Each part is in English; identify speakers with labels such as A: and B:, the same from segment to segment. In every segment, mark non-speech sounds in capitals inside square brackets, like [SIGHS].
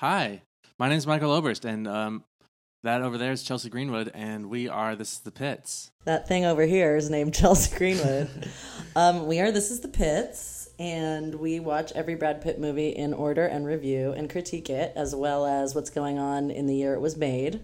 A: Hi, my name is Michael Oberst, and um, that over there is Chelsea Greenwood, and we are This is the Pits.
B: That thing over here is named [LAUGHS] Chelsea Greenwood. um, we are This is the Pits, and we watch every Brad Pitt movie in order and review and critique it, as well as what's going on in the year it was made.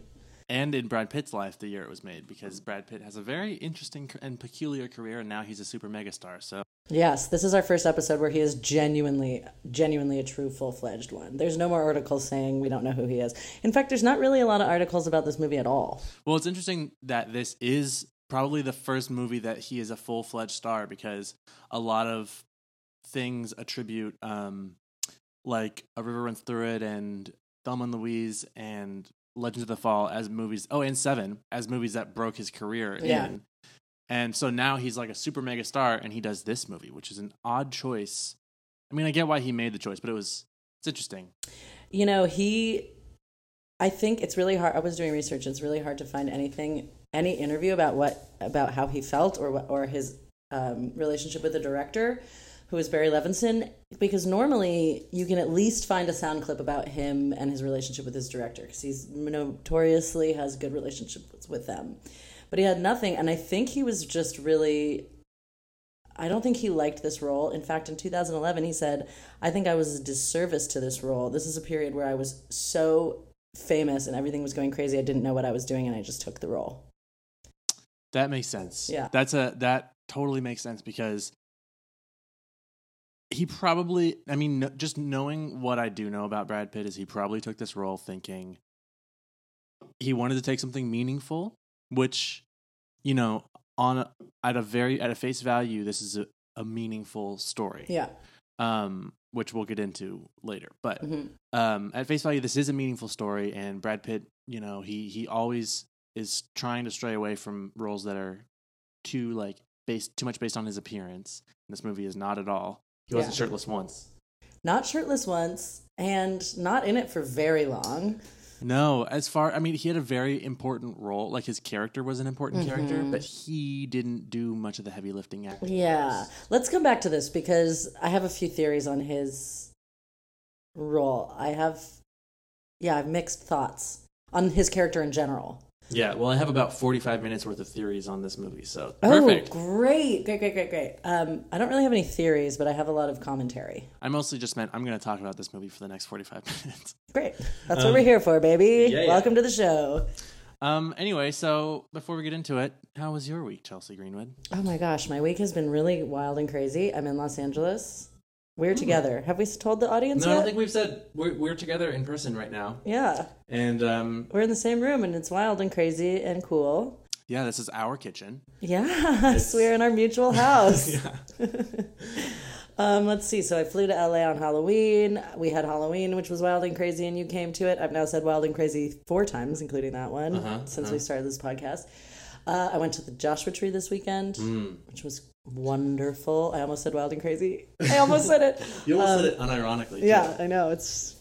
A: And in Brad Pitt's life, the year it was made, because Brad Pitt has a very interesting and peculiar career, and now he's a super megastar. So
B: Yes, this is our first episode where he is genuinely, genuinely a true full fledged one. There's no more articles saying we don't know who he is. In fact, there's not really a lot of articles about this movie at all.
A: Well, it's interesting that this is probably the first movie that he is a full fledged star because a lot of things attribute, um, like A River Runs Through It and Thelma and Louise and Legends of the Fall as movies. Oh, and Seven as movies that broke his career
B: Yeah.
A: in. And so now he's like a super mega star, and he does this movie, which is an odd choice. I mean, I get why he made the choice, but it was it's interesting.
B: You know, he, I think it's really hard. I was doing research. It's really hard to find anything, any interview about what, about how he felt or what, or his um, relationship with the director, who is Barry Levinson, because normally you can at least find a sound clip about him and his relationship with his director, because he's notoriously has good relationships with them. But he had nothing, and I think he was just really I don't think he liked this role. In fact, in 2011, he said, I think I was a disservice to this role. This is a period where I was so famous and everything was going crazy. I didn't know what I was doing and I just took the role.
A: That makes sense.
B: Yeah.
A: That's a that totally makes sense because he probably I mean no, just knowing what I do know about Brad Pitt is he probably took this role thinking he wanted to take something meaningful which you know on a, at a very at a face value this is a, a meaningful story.
B: Yeah.
A: Um which we'll get into later. But
B: Mhm.
A: um, at face value, this is a meaningful story, and Brad Pitt, you know, he he always is trying to stray away from roles that are too like based too much based on his appearance. And this movie is not at all. He wasn't
B: Yeah.
A: shirtless once.
B: Not shirtless once and not in it for very long.
A: No, as far I mean, he had a very important role. Like his character was an important
B: Mm-hmm.
A: character, but he didn't do much of the heavy lifting acting.
B: Yeah. Let's come back to this because I have a few theories on his role. I have, yeah, I have mixed thoughts on his character in general.
A: Yeah. Well, I have about forty-five minutes worth of theories on this movie, so
B: Oh,
A: perfect.
B: great, great, great, great, great. Um, I don't really have any theories, but I have a lot of commentary.
A: I mostly just meant I'm going to talk about this movie for the next forty-five [LAUGHS] minutes.
B: Great. That's what we're here for, baby.
A: Um, yeah, yeah.
B: Welcome to the show.
A: Um. Anyway, so before we get into it, how was your week, Chelsea Greenwood?
B: Oh my gosh, my week has been really wild and crazy. I'm in Los Angeles. We're together. Have we told the audience
A: No, I
B: yet?
A: don't think we've said we're we're together in person right now,
B: yeah.
A: and um,
B: We're in the same room and it's wild and crazy and cool.
A: yeah, this is our kitchen.
B: [LAUGHS] Yes, we're in our mutual house. [LAUGHS] um, let's see. So I flew to LA on Halloween. We had Halloween, which was wild and crazy, and you came to it. I've now said wild and crazy four times, including that one, since we started this podcast. Uh, I went to the Joshua Tree this weekend, which was wonderful. I almost said wild and crazy. I almost said it.
A: You almost said it unironically.
B: Yeah, I know. It's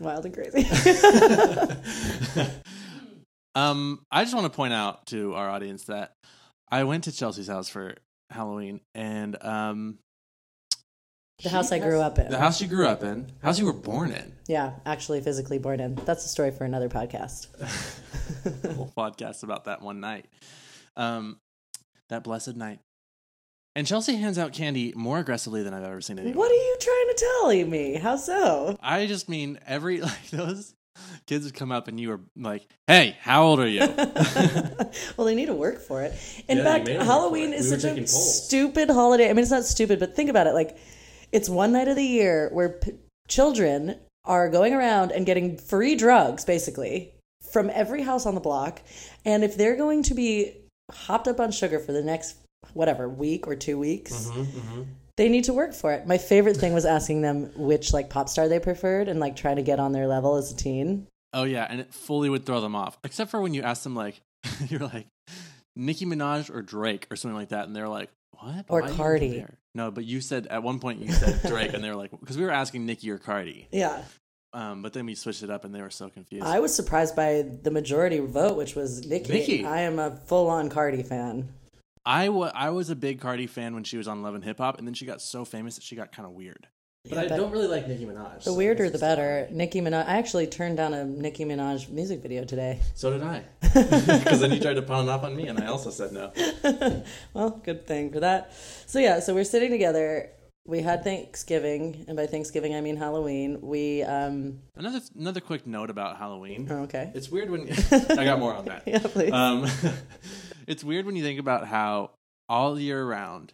B: wild and crazy.
A: Um, I just want to point out to our audience that I went to Chelsea's house for Halloween, and um,
B: the house I grew up in.
A: the house you grew up in, house you were born in,
B: Yeah, actually physically born in. That's a story for another podcast.
A: a whole podcast about that one night, um, that blessed night. And Chelsea hands out candy more aggressively than I've ever seen anyone.
B: What are you trying to tell me? How so?
A: I just mean every [LAUGHS] like those kids would come up and you were like, "Hey, how old
B: [LAUGHS]
A: are you?"
B: Well, they need to work for it. In
A: Yeah, they
B: fact,
A: made 'em work
B: Halloween
A: for it.
B: is
A: We were
B: such a
A: taking polls.
B: stupid holiday. I mean, it's not stupid, but think about it. Like, it's one night of the year where p- children are going around and getting free drugs, basically, from every house on the block. And if they're going to be hopped up on sugar for the next whatever week or two weeks,
A: Mm-hmm,
B: they need to work for it. My favorite thing was asking them which like pop star they preferred and like trying to get on their level as a teen.
A: oh yeah, and it fully would throw them off. Except for when you ask them like, [LAUGHS] you're like Nicki Minaj or Drake or something like that, and they're like, "What?"
B: Or
A: Why do you
B: Cardi.
A: compare?" No, but you said at one point you said Drake, and they were like, [LAUGHS] because we were asking Nicki or Cardi,
B: Yeah.
A: um, but then we switched it up, and they were so confused.
B: I was surprised by the majority vote, which was Nikki.
A: Nikki.
B: I am a full on Cardi fan.
A: I wa- I was a big Cardi fan when she was on Love and Hip Hop, and then she got so famous that she got kind of weird.
C: But I
B: but-
C: don't really like Nicki Minaj.
B: The
C: so
B: weirder,
C: it's
B: the
C: just-
B: better. Nicki Minaj. I actually turned down a Nicki Minaj music video today. [LAUGHS]
C: So did I. Because then you tried to pawn it off on me, and I also said no.
B: well, good thing for that. So yeah, so we're sitting together. We had Thanksgiving, and by Thanksgiving I mean Halloween. We um
A: Another another quick note about Halloween.
B: oh, okay.
C: It's weird
B: [LAUGHS]
C: when I got more on that. Uh,
B: Yeah, please. [LAUGHS]
A: Um, it's weird when you think about how all year round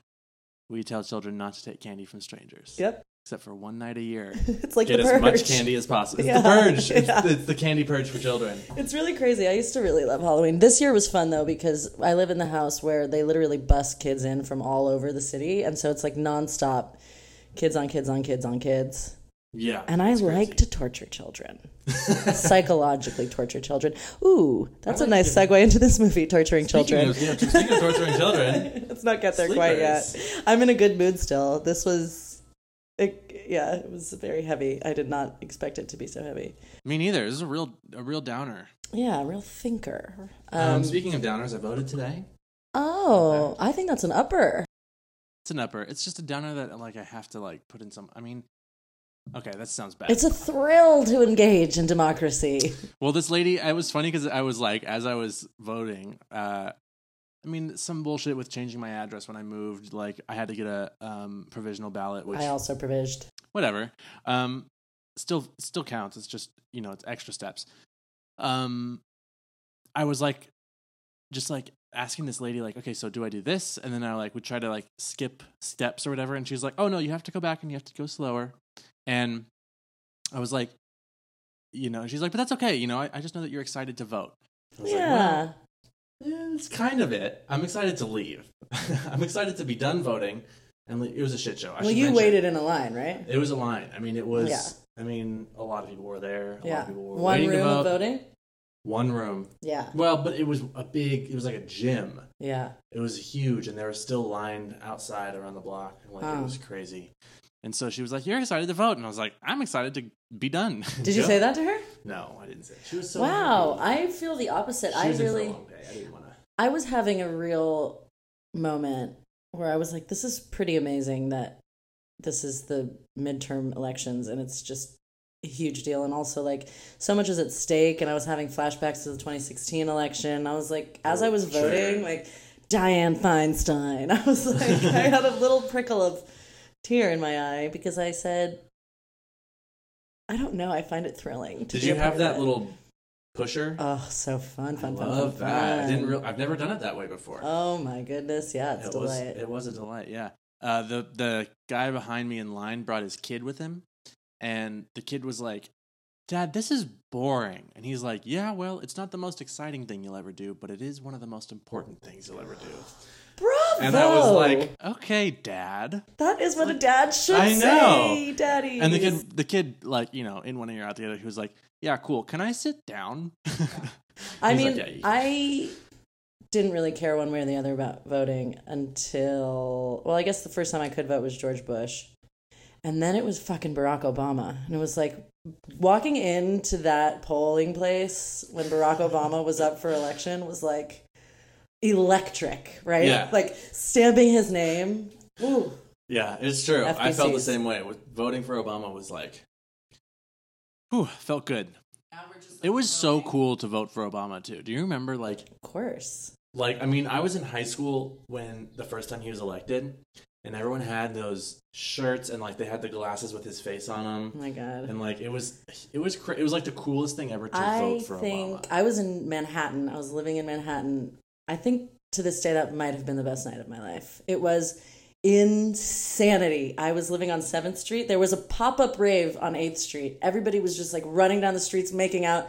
A: we tell children not to take candy from strangers,
B: yep.
A: except for one night a year.
B: It's like
C: Get
B: [LAUGHS] the
C: as
B: purge.
C: much candy as possible. It's
B: Yeah.
C: the purge. It's,
B: [LAUGHS] Yeah.
C: the, it's the candy purge for children.
B: It's really crazy. I used to really love Halloween. This year was fun though because I live in the house where they literally bus kids in from all over the city, and so it's like nonstop, kids on kids on kids on kids.
C: Yeah.
B: And I like to torture children, psychologically torture children. Ooh, that's a nice segue into this movie, torturing
C: Speaking
B: children.
C: of, yeah, speaking of torturing
B: [LAUGHS]
C: children,
B: Let's not get there quite yet. I'm in a good mood still. This was, it, yeah, it was very heavy. I did not expect it to be so heavy.
A: Me neither. This is a real a real downer.
B: Yeah, a real thinker.
C: um,
B: Um,
C: speaking of downers, I voted today.
B: oh, I think that's an upper.
A: It's an upper. It's just a downer that like I have to like put in some. I mean, okay, that sounds bad.
B: It's a thrill to engage in democracy.
A: Well, this lady, it was funny because I was like, as I was voting, uh, I mean, some bullshit with changing my address when I moved. Like, I had to get a um, provisional ballot, which
B: I also provisioned.
A: whatever, um, still still counts. It's just you know, it's extra steps. Um, I was like, just like asking this lady, like, okay, so do I do this? And then I like would try to like skip steps or whatever, and she's like, oh no, you have to go back and you have to go slower. And I was like, you know, and she's like, but that's okay. You know, I, I just know that you're excited to vote.
C: I was like, well,
B: Yeah.
C: Yeah, that's kind of it. I'm excited to
A: [LAUGHS]
C: leave. I'm excited to be done voting, and le- it was a shit show. I
B: Well,
C: should
B: you
C: mention.
B: waited in a line, right?
C: It was a line. I mean, it was.
B: Yeah.
C: I mean, a lot of people were there. A lot
B: Yeah.
C: of people were
B: One
C: waiting
B: room
C: to vote.
B: of voting?
C: One room.
B: Yeah.
C: Well, but it was a big. It was like a gym.
B: Yeah.
C: It was huge, and they were still lined outside around the block. and, Like
B: Oh.
C: it was crazy.
A: And so she was like, you're excited to vote, and I was like, I'm excited to be done.
B: Did
C: [LAUGHS]
B: you
C: Yeah.
B: say that to her?
C: No, I didn't say. It. She was so
B: Wow,
C: happy.
B: I feel the opposite.
C: She
B: I
C: was in for a
B: really,
C: long day. I didn't want to.
B: I was having a real moment where I was like, this is pretty amazing that this is the midterm elections and it's just a huge deal. And also, like, so much is at stake. And I was having flashbacks to the 2016 election. I was like, as I was
C: Oh, Sure.
B: voting, like, Diane Feinstein. [LAUGHS] I was like,
C: [LAUGHS]
B: I had a little prickle of tear in my eye because I said, I don't know. I find it thrilling. To
C: Did
B: be
C: you
B: a part
C: have
B: of
C: that
B: it.
C: little pusher?
B: Oh, so fun,
C: I
B: fun, fun,
C: love
B: fun,
C: that. I
B: fun.
C: didn't. Real, I've never done it that way before.
B: Oh my goodness, yeah, it's
C: it was.
B: delightful.
C: It was a delight.
A: delight. Yeah. Uh, the the guy behind me in line brought his kid with him, and the kid was like, "Dad, this is boring." And he's like, "Yeah, well, it's not the most exciting thing you'll ever do, but it is one of the most important things you'll ever do."
B: Bravo!
C: And I was like,
A: Okay, Dad.
B: that is what a dad should
A: I know.
B: say, Daddy.
A: And the kid, the kid, like you know, in one ear out the other, he was like, "Yeah, cool. Can I sit
B: [LAUGHS]
A: down?"
B: I
A: he's like,
B: mean,
A: yeah, you-
B: I didn't really care one way or the other about voting until, well, I guess the first time I could vote was George Bush, and then it was fucking Barack Obama, and it was like. Walking into that polling place when Barack Obama was up for election was like electric, right?
C: Yeah.
B: Like stamping his name. Ooh,
C: Yeah, it's true. I felt the
B: FPCs.
C: same way. With voting for Obama was like,
A: Whew, felt good. It was so cool to vote for Obama too. Do you remember like
B: Of course.
C: like I mean, I was in high school when the first time he was elected, and everyone had those shirts and like they had the glasses with his face on
B: Oh
C: them,
B: my god.
C: and like it was it was cra- it was like the coolest thing ever to
B: I
C: vote for
B: think
C: Obama.
B: I was in Manhattan. I was living in Manhattan. I think to this day that might have been the best night of my life. It was insanity. I was living on 7th Street. There was a pop-up rave on 8th Street. Everybody was just like running down the streets making out.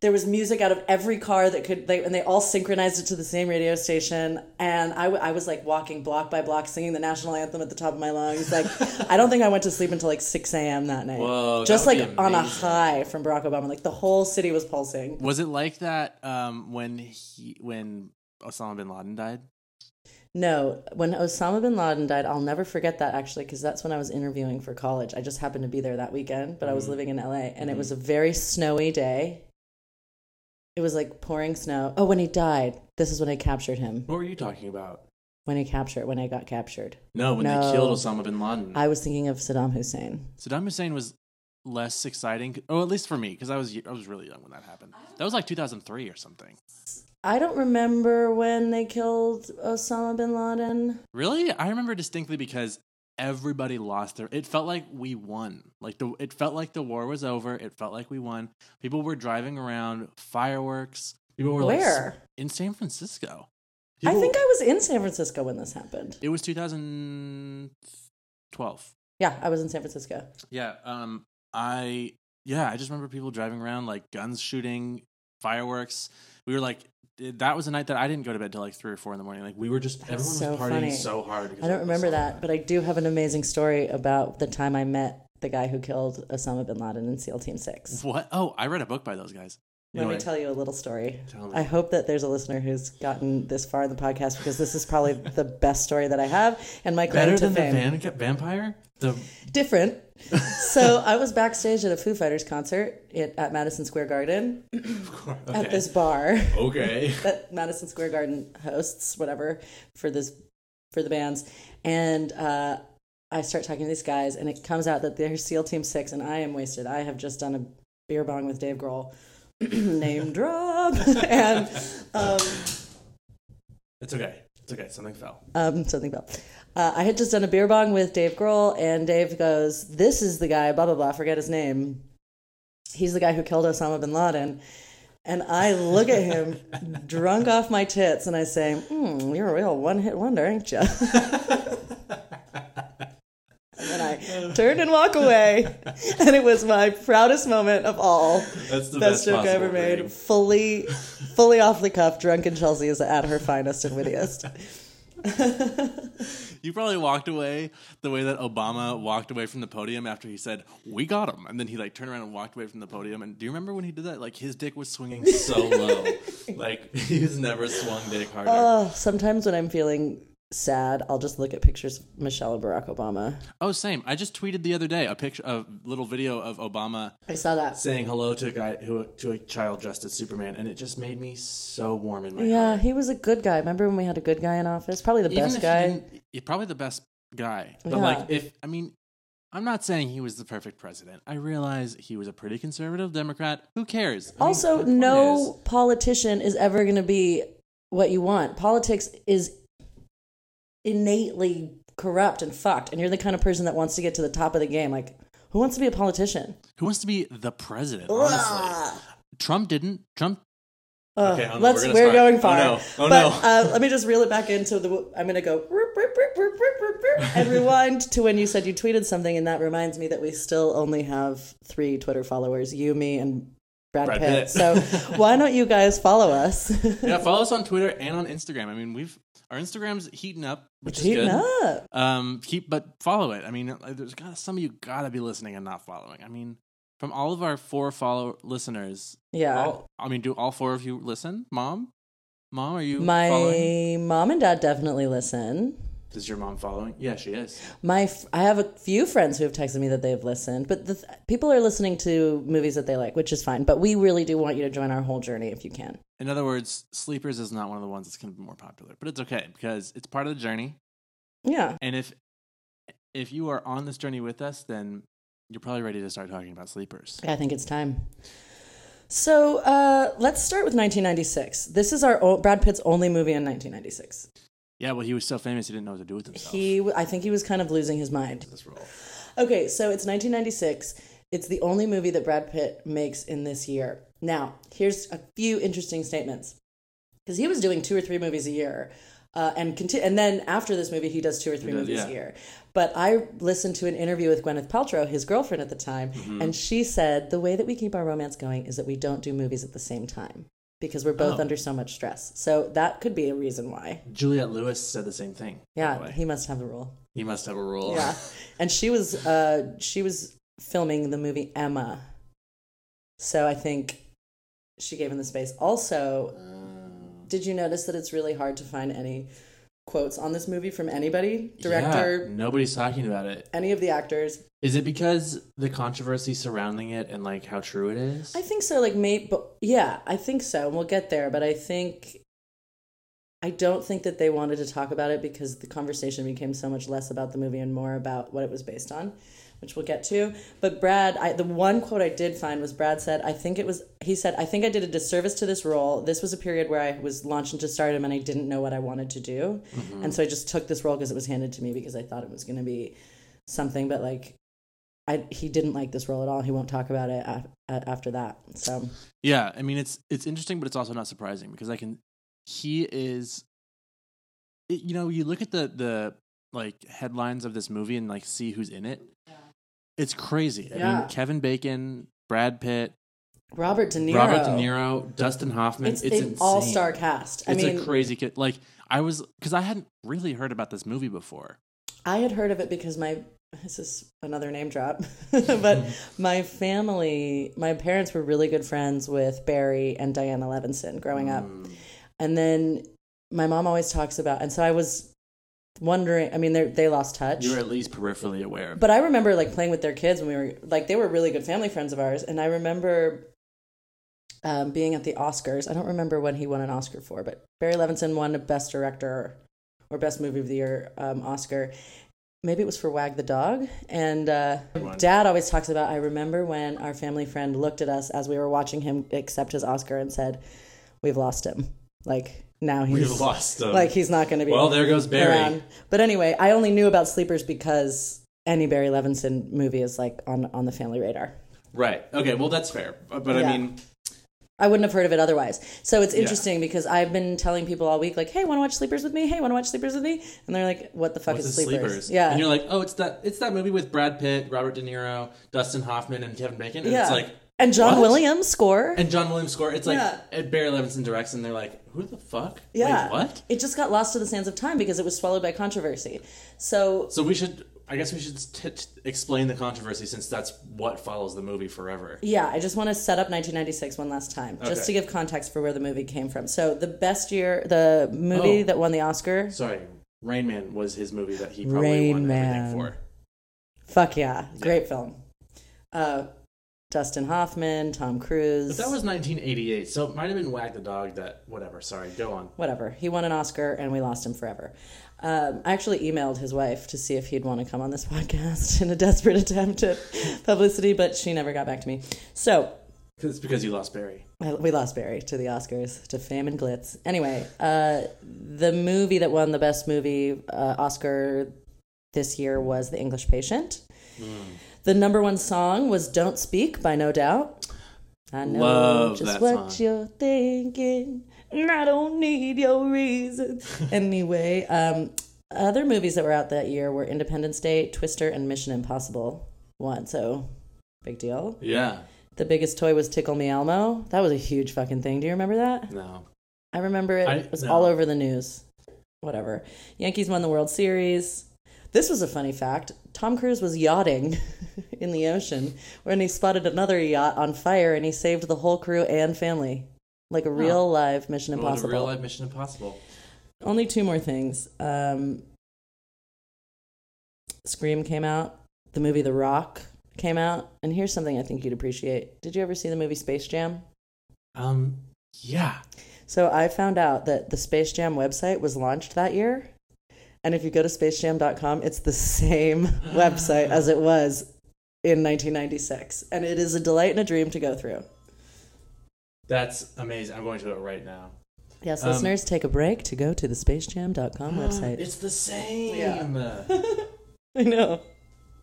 B: There was music out of every car that could they and they all synchronized it to the same radio station and I, w- I was like walking block by block singing the national anthem at the top of my lungs like I don't think I went to sleep until like 6 a.m. that night
C: Whoa, that
B: just
C: would
B: like
C: be
B: on a
C: amazing.
B: high from Barack Obama. Like the whole city was pulsing.
A: was it like that um, when he when Osama bin Laden died?
B: No, when Osama bin Laden died, I'll never forget that actually, because that's when I was interviewing for college. I just happened to be there that weekend, but I
A: Mm-hmm.
B: was living in LA and it was a very snowy day. It was like pouring snow. Oh, when he died, this is when I captured him.
C: What were you talking about?
B: When he captured, when I got captured,
A: No, when
B: No.
A: they killed Osama bin Laden.
B: I was thinking of Saddam Hussein.
A: Saddam Hussein was less exciting, or at least for me, because I was I was really young when that happened. That was like 2003 or something.
B: I don't remember when they killed Osama bin Laden.
A: Really, I remember distinctly because everybody lost their. It felt like we won. Like the it felt like the war was over. It felt like we won. People were driving around, fireworks. People were like,
B: Where?
A: in San Francisco.
B: I
A: People-
B: think I was in San Francisco when this happened.
A: it was 2012.
B: Yeah, I was in San Francisco.
A: Yeah. Um. I yeah. I just remember people driving around like guns shooting, fireworks. We were like, that was a night that I didn't go to bed till like three or four in the morning. Like we were just everyone
B: so
A: was partying
B: funny.
A: so hard. because
B: I
A: of
B: don't
A: the
B: remember
A: song.
B: that, but I do have an amazing story about the time I met the guy who killed Osama bin Laden in SEAL Team 6.
A: What? Oh, I read a book by those guys.
B: Let
A: Anyway,
B: me tell you a little story.
A: tell me.
B: I hope that there's a listener who's gotten this far in the podcast because this is
A: [LAUGHS]
B: probably the best story that I have and my claim
A: Better
B: to
A: than the
B: fame.
A: van- vampire. The [LAUGHS]
B: Different. so I was backstage at a Foo Fighters concert at, at Madison Square Garden
A: okay.
B: at this bar.
A: okay.
B: that Madison Square Garden hosts, whatever, for this for the bands. And uh, I start talking to these guys, and it comes out that they're SEAL Team Six, and I am wasted. I have just done a beer bong with Dave Grohl, [CLEARS THROAT] name drop, [LAUGHS] and um,
C: It's okay. It's okay. Something fell.
B: um, something about. Uh, I had just done a beer bong with Dave Grohl, and Dave goes, "This is the guy." Blah blah blah. Forget his name. He's the guy who killed Osama bin Laden. And I look
C: [LAUGHS]
B: at him, drunk off my tits, and I say, hmm, "You're a real one-hit wonder, ain't you?" [LAUGHS] and then I turn and walk away, [LAUGHS] and it was my proudest moment of all.
C: That's the
B: Best
C: best,
B: joke I
C: possible
B: ever made.
C: rating.
B: Fully, fully off the cuff, drunken Chelsea is at her finest and wittiest.
A: You probably walked away the way that Obama walked away from the podium after he said, "We got him," and then he like turned around and walked away from the podium. And do you remember when he did that? Like his dick was
B: [LAUGHS]
A: swinging so
C: So low.
A: [LAUGHS]
C: like he's never swung dick harder.
B: Oh, sometimes when I'm feeling sad, I'll just look at pictures of Michelle and Barack Obama.
A: Oh, same. I just tweeted the other day a picture, a little video of Obama.
B: I saw that.
C: saying hello to a guy who to a child dressed as Superman, and it just made me so warm in my
B: Yeah,
C: heart.
B: he was a good guy. Remember when we had a good guy in office? Probably the
A: Even
B: best
A: if he
B: guy.
A: didn't- yeah, probably the best guy. But
B: Yeah.
A: like, if I mean, I'm not saying he was the perfect president. I realize he was a pretty conservative Democrat. Who cares? I mean,
B: Also,
A: the point
B: no politician is ever going to be what you want. Politics is innately corrupt and fucked, and you're the kind of person that wants to get to the top of the game. Like, who wants to be a politician?
A: is, who wants to be the president? Honestly,
B: Ugh.
A: Trump didn't. Trump
B: Ugh,
C: Okay, oh no,
B: let's
C: we're
B: we're,
C: gonna start. Oh
B: going
C: no, oh
B: far. but
C: no.
B: uh, let me just reel it back into the. I'm going to go roop, roop, roop, roop, roop, roop, roop, and rewind to when you said you tweeted something, and that reminds me that we still only have three Twitter followers: you, me, and Brad,
C: Brad
B: Pitt.
C: Pitt.
B: So
C: [LAUGHS]
B: why don't you guys follow us? [LAUGHS]
A: yeah, follow us on Twitter and on Instagram. I mean, we've our Instagram's heating up, which
B: It's
A: is good.
B: heating up.
A: Um, keep but follow it. I mean, like, there's got some of you gotta be listening and not following. I mean, from all of our four follow listeners,
B: Yeah.
A: all, I mean, do all four of you listen? Mom, mom, are you
B: My
A: following?
B: mom and dad definitely listen.
A: Is your mom following? Yeah, she is.
B: My f- I have a few friends who have texted me that they've listened, but the th- people are listening to movies that they like, which is fine. But we really do want you to join our whole journey if you can.
A: In other words, Sleepers is not one of the ones that's gonna be more popular, but it's okay because it's part of the journey.
B: Yeah.
A: And if if you are on this journey with us, then you're probably ready to start talking about Sleepers.
B: I think it's time. So uh, let's start with 1996. This is our o- Brad Pitt's only movie in 1996.
A: Yeah, well, he was so famous he didn't know what to do with himself.
B: He, w- I think, he was kind of losing his mind.
C: This role.
B: Okay, so it's 1996. It's the only movie that Brad Pitt makes in this year. Now, here's a few interesting statements because he was doing two or three movies a year. Uh, and conti- and then after this movie, he does two or three movies
A: yeah.
B: a year. But I listened to an interview with Gwyneth Paltrow, his girlfriend at the time, and she said the way that we keep our romance going is that we don't do movies at the same time because we're both
A: Oh.
B: under so much stress. So that could be a reason why.
C: Juliette Lewis said the same thing. by the
B: Yeah,
C: way.
B: he must have the rule.
C: he must have a rule.
B: Yeah, [LAUGHS] and she was uh, she was filming the movie Emma, so I think she gave him the space. Also, did you notice that it's really hard to find any quotes on this movie from anybody, director,
C: Yeah, nobody's talking about it.
B: any of the actors?
C: Is it because the controversy surrounding it and like how true it is?
B: I think so. Like, mate, but yeah, I think so. And we'll get there. But I think I don't think that they wanted to talk about it because the conversation became so much less about the movie and more about what it was based on, which we'll get to. But Brad, I, the one quote I did find was Brad said, I think it was, he said, I think I did a disservice to this role. This was a period where I was launched into stardom and I didn't know what I wanted to do. And so I just took this role because it was handed to me because I thought it was going to be something. But like, I, he didn't like this role at all. He won't talk about it af- a- after that. So
A: Yeah, I mean it's it's interesting, but it's also not surprising because I can. He is, it, you know, you look at the the like headlines of this movie and like see who's in it. It's crazy. I
B: Yeah.
A: mean, Kevin Bacon, Brad Pitt,
B: Robert De Niro,
A: Robert De Niro, Dustin Hoffman.
B: it's,
A: It's,
B: an all star cast. I
A: It's
B: mean,
A: a crazy kid. Like I was because I hadn't really heard about this movie before.
B: I had heard of it because my this is another name drop, [LAUGHS]
A: [LAUGHS]
B: but my family, my parents were really good friends with Barry and Diana Levinson growing up,
A: Mm.
B: and then my mom always talks about, and so I was wondering. I mean, they they lost touch.
A: You were at least peripherally aware. of
B: But I remember like playing with their kids when we were like they were really good family friends of ours, and I remember um, being at the Oscars. I don't remember when he won an Oscar for, but Barry Levinson won a Best Director or Best Movie of the Year um, Oscar. Maybe it was for Wag the Dog. And uh, Dad always talks about. I remember when our family friend looked at us as we were watching him accept his Oscar and said, "We've lost him." Like now he's
C: We've lost him.
B: like he's not going to be
C: well, there goes Barry.
B: around. But anyway, I only knew about Sleepers because any Barry Levinson movie is like on on the family radar.
C: Right. Okay. Well, that's fair. But, but
B: Yeah.
C: I mean,
B: I wouldn't have heard of it otherwise. So it's interesting because I've been telling people all week, like, "Hey, want to watch Sleepers with me? Hey, want to watch Sleepers with me?" And they're like, "What the fuck
C: what's
B: is
C: the
B: Sleepers?"
C: sleepers?
B: Yeah,
C: And you're like, oh, it's that it's that movie with Brad Pitt, Robert De Niro, Dustin Hoffman, and Kevin Bacon. And
B: yeah.
C: it's like,
B: and John
C: what?
B: Williams score.
C: and John Williams score. It's like
B: Yeah.
C: Ed Barry Levinson directs, and they're like, who the fuck?
B: yeah,
C: Wait, what?
B: It just got lost to the sands of time because it was swallowed by controversy. So
C: So we should. I guess we should t- t- explain the controversy since that's what follows the movie forever.
B: Yeah, I just want to set up 1996 one last time, just
C: Okay.
B: to give context for where the movie came from. So the best year, the movie
C: Oh.
B: that won the Oscar,
C: Sorry, Rain Man was his movie that he probably
B: Rain
C: won
B: Man.
C: everything for.
B: fuck yeah, great film. Uh, Dustin Hoffman, Tom Cruise,
C: But that was 1988, so it might have been Wag the Dog. That whatever. Sorry, go on.
B: whatever. He won an Oscar, and we lost him forever. Um, I actually emailed his wife to see if he'd want to come on this [LAUGHS] podcast in a desperate attempt at publicity, but she never got back to me. So
C: It's because you lost Barry.
B: I- We lost Barry to the Oscars, to fame and glitz. Anyway, uh, the movie that won the best movie uh, Oscar this year was The English Patient.
A: Hmm.
B: The number one song was Don't Speak by No Doubt. I know
A: Love
B: just
A: that
B: what
A: song.
B: you're thinking, and I don't need your reasons. anyway, um, other movies that were out that year were Independence Day, Twister, and Mission Impossible. One, so big deal.
C: [LAUGHS] Yeah.
B: The biggest toy was Tickle Me Elmo. That was a huge fucking thing. Do you remember that?
C: No.
B: I remember it.
C: I-
B: it was
C: no.
B: all over the news. Whatever. Yankees won the World Series. This was a funny fact. Tom Cruise was yachting [LAUGHS] in the ocean when he spotted another yacht on fire and he saved the whole crew and family. Like a real live Mission
C: Well, the
B: Impossible.
C: real life Mission Impossible.
B: Only two more things. Um, Scream came out. The movie The Rock came out. And here's something I think you'd appreciate. Did you ever see the movie Space Jam?
C: Um. Yeah.
B: So I found out that the Space Jam website was launched that year. And if you go to spacejam.com, it's
C: [GASPS]
B: the same website as it was in 1996. And it is a delight and a dream to go through.
C: That's amazing. I'm going to it right now.
B: Yes,
C: Um,
B: listeners, take a break to go to
C: [GASPS]
B: the spacejam.com website.
C: It's the same.
B: Yeah.
C: the
B: [LAUGHS] I know.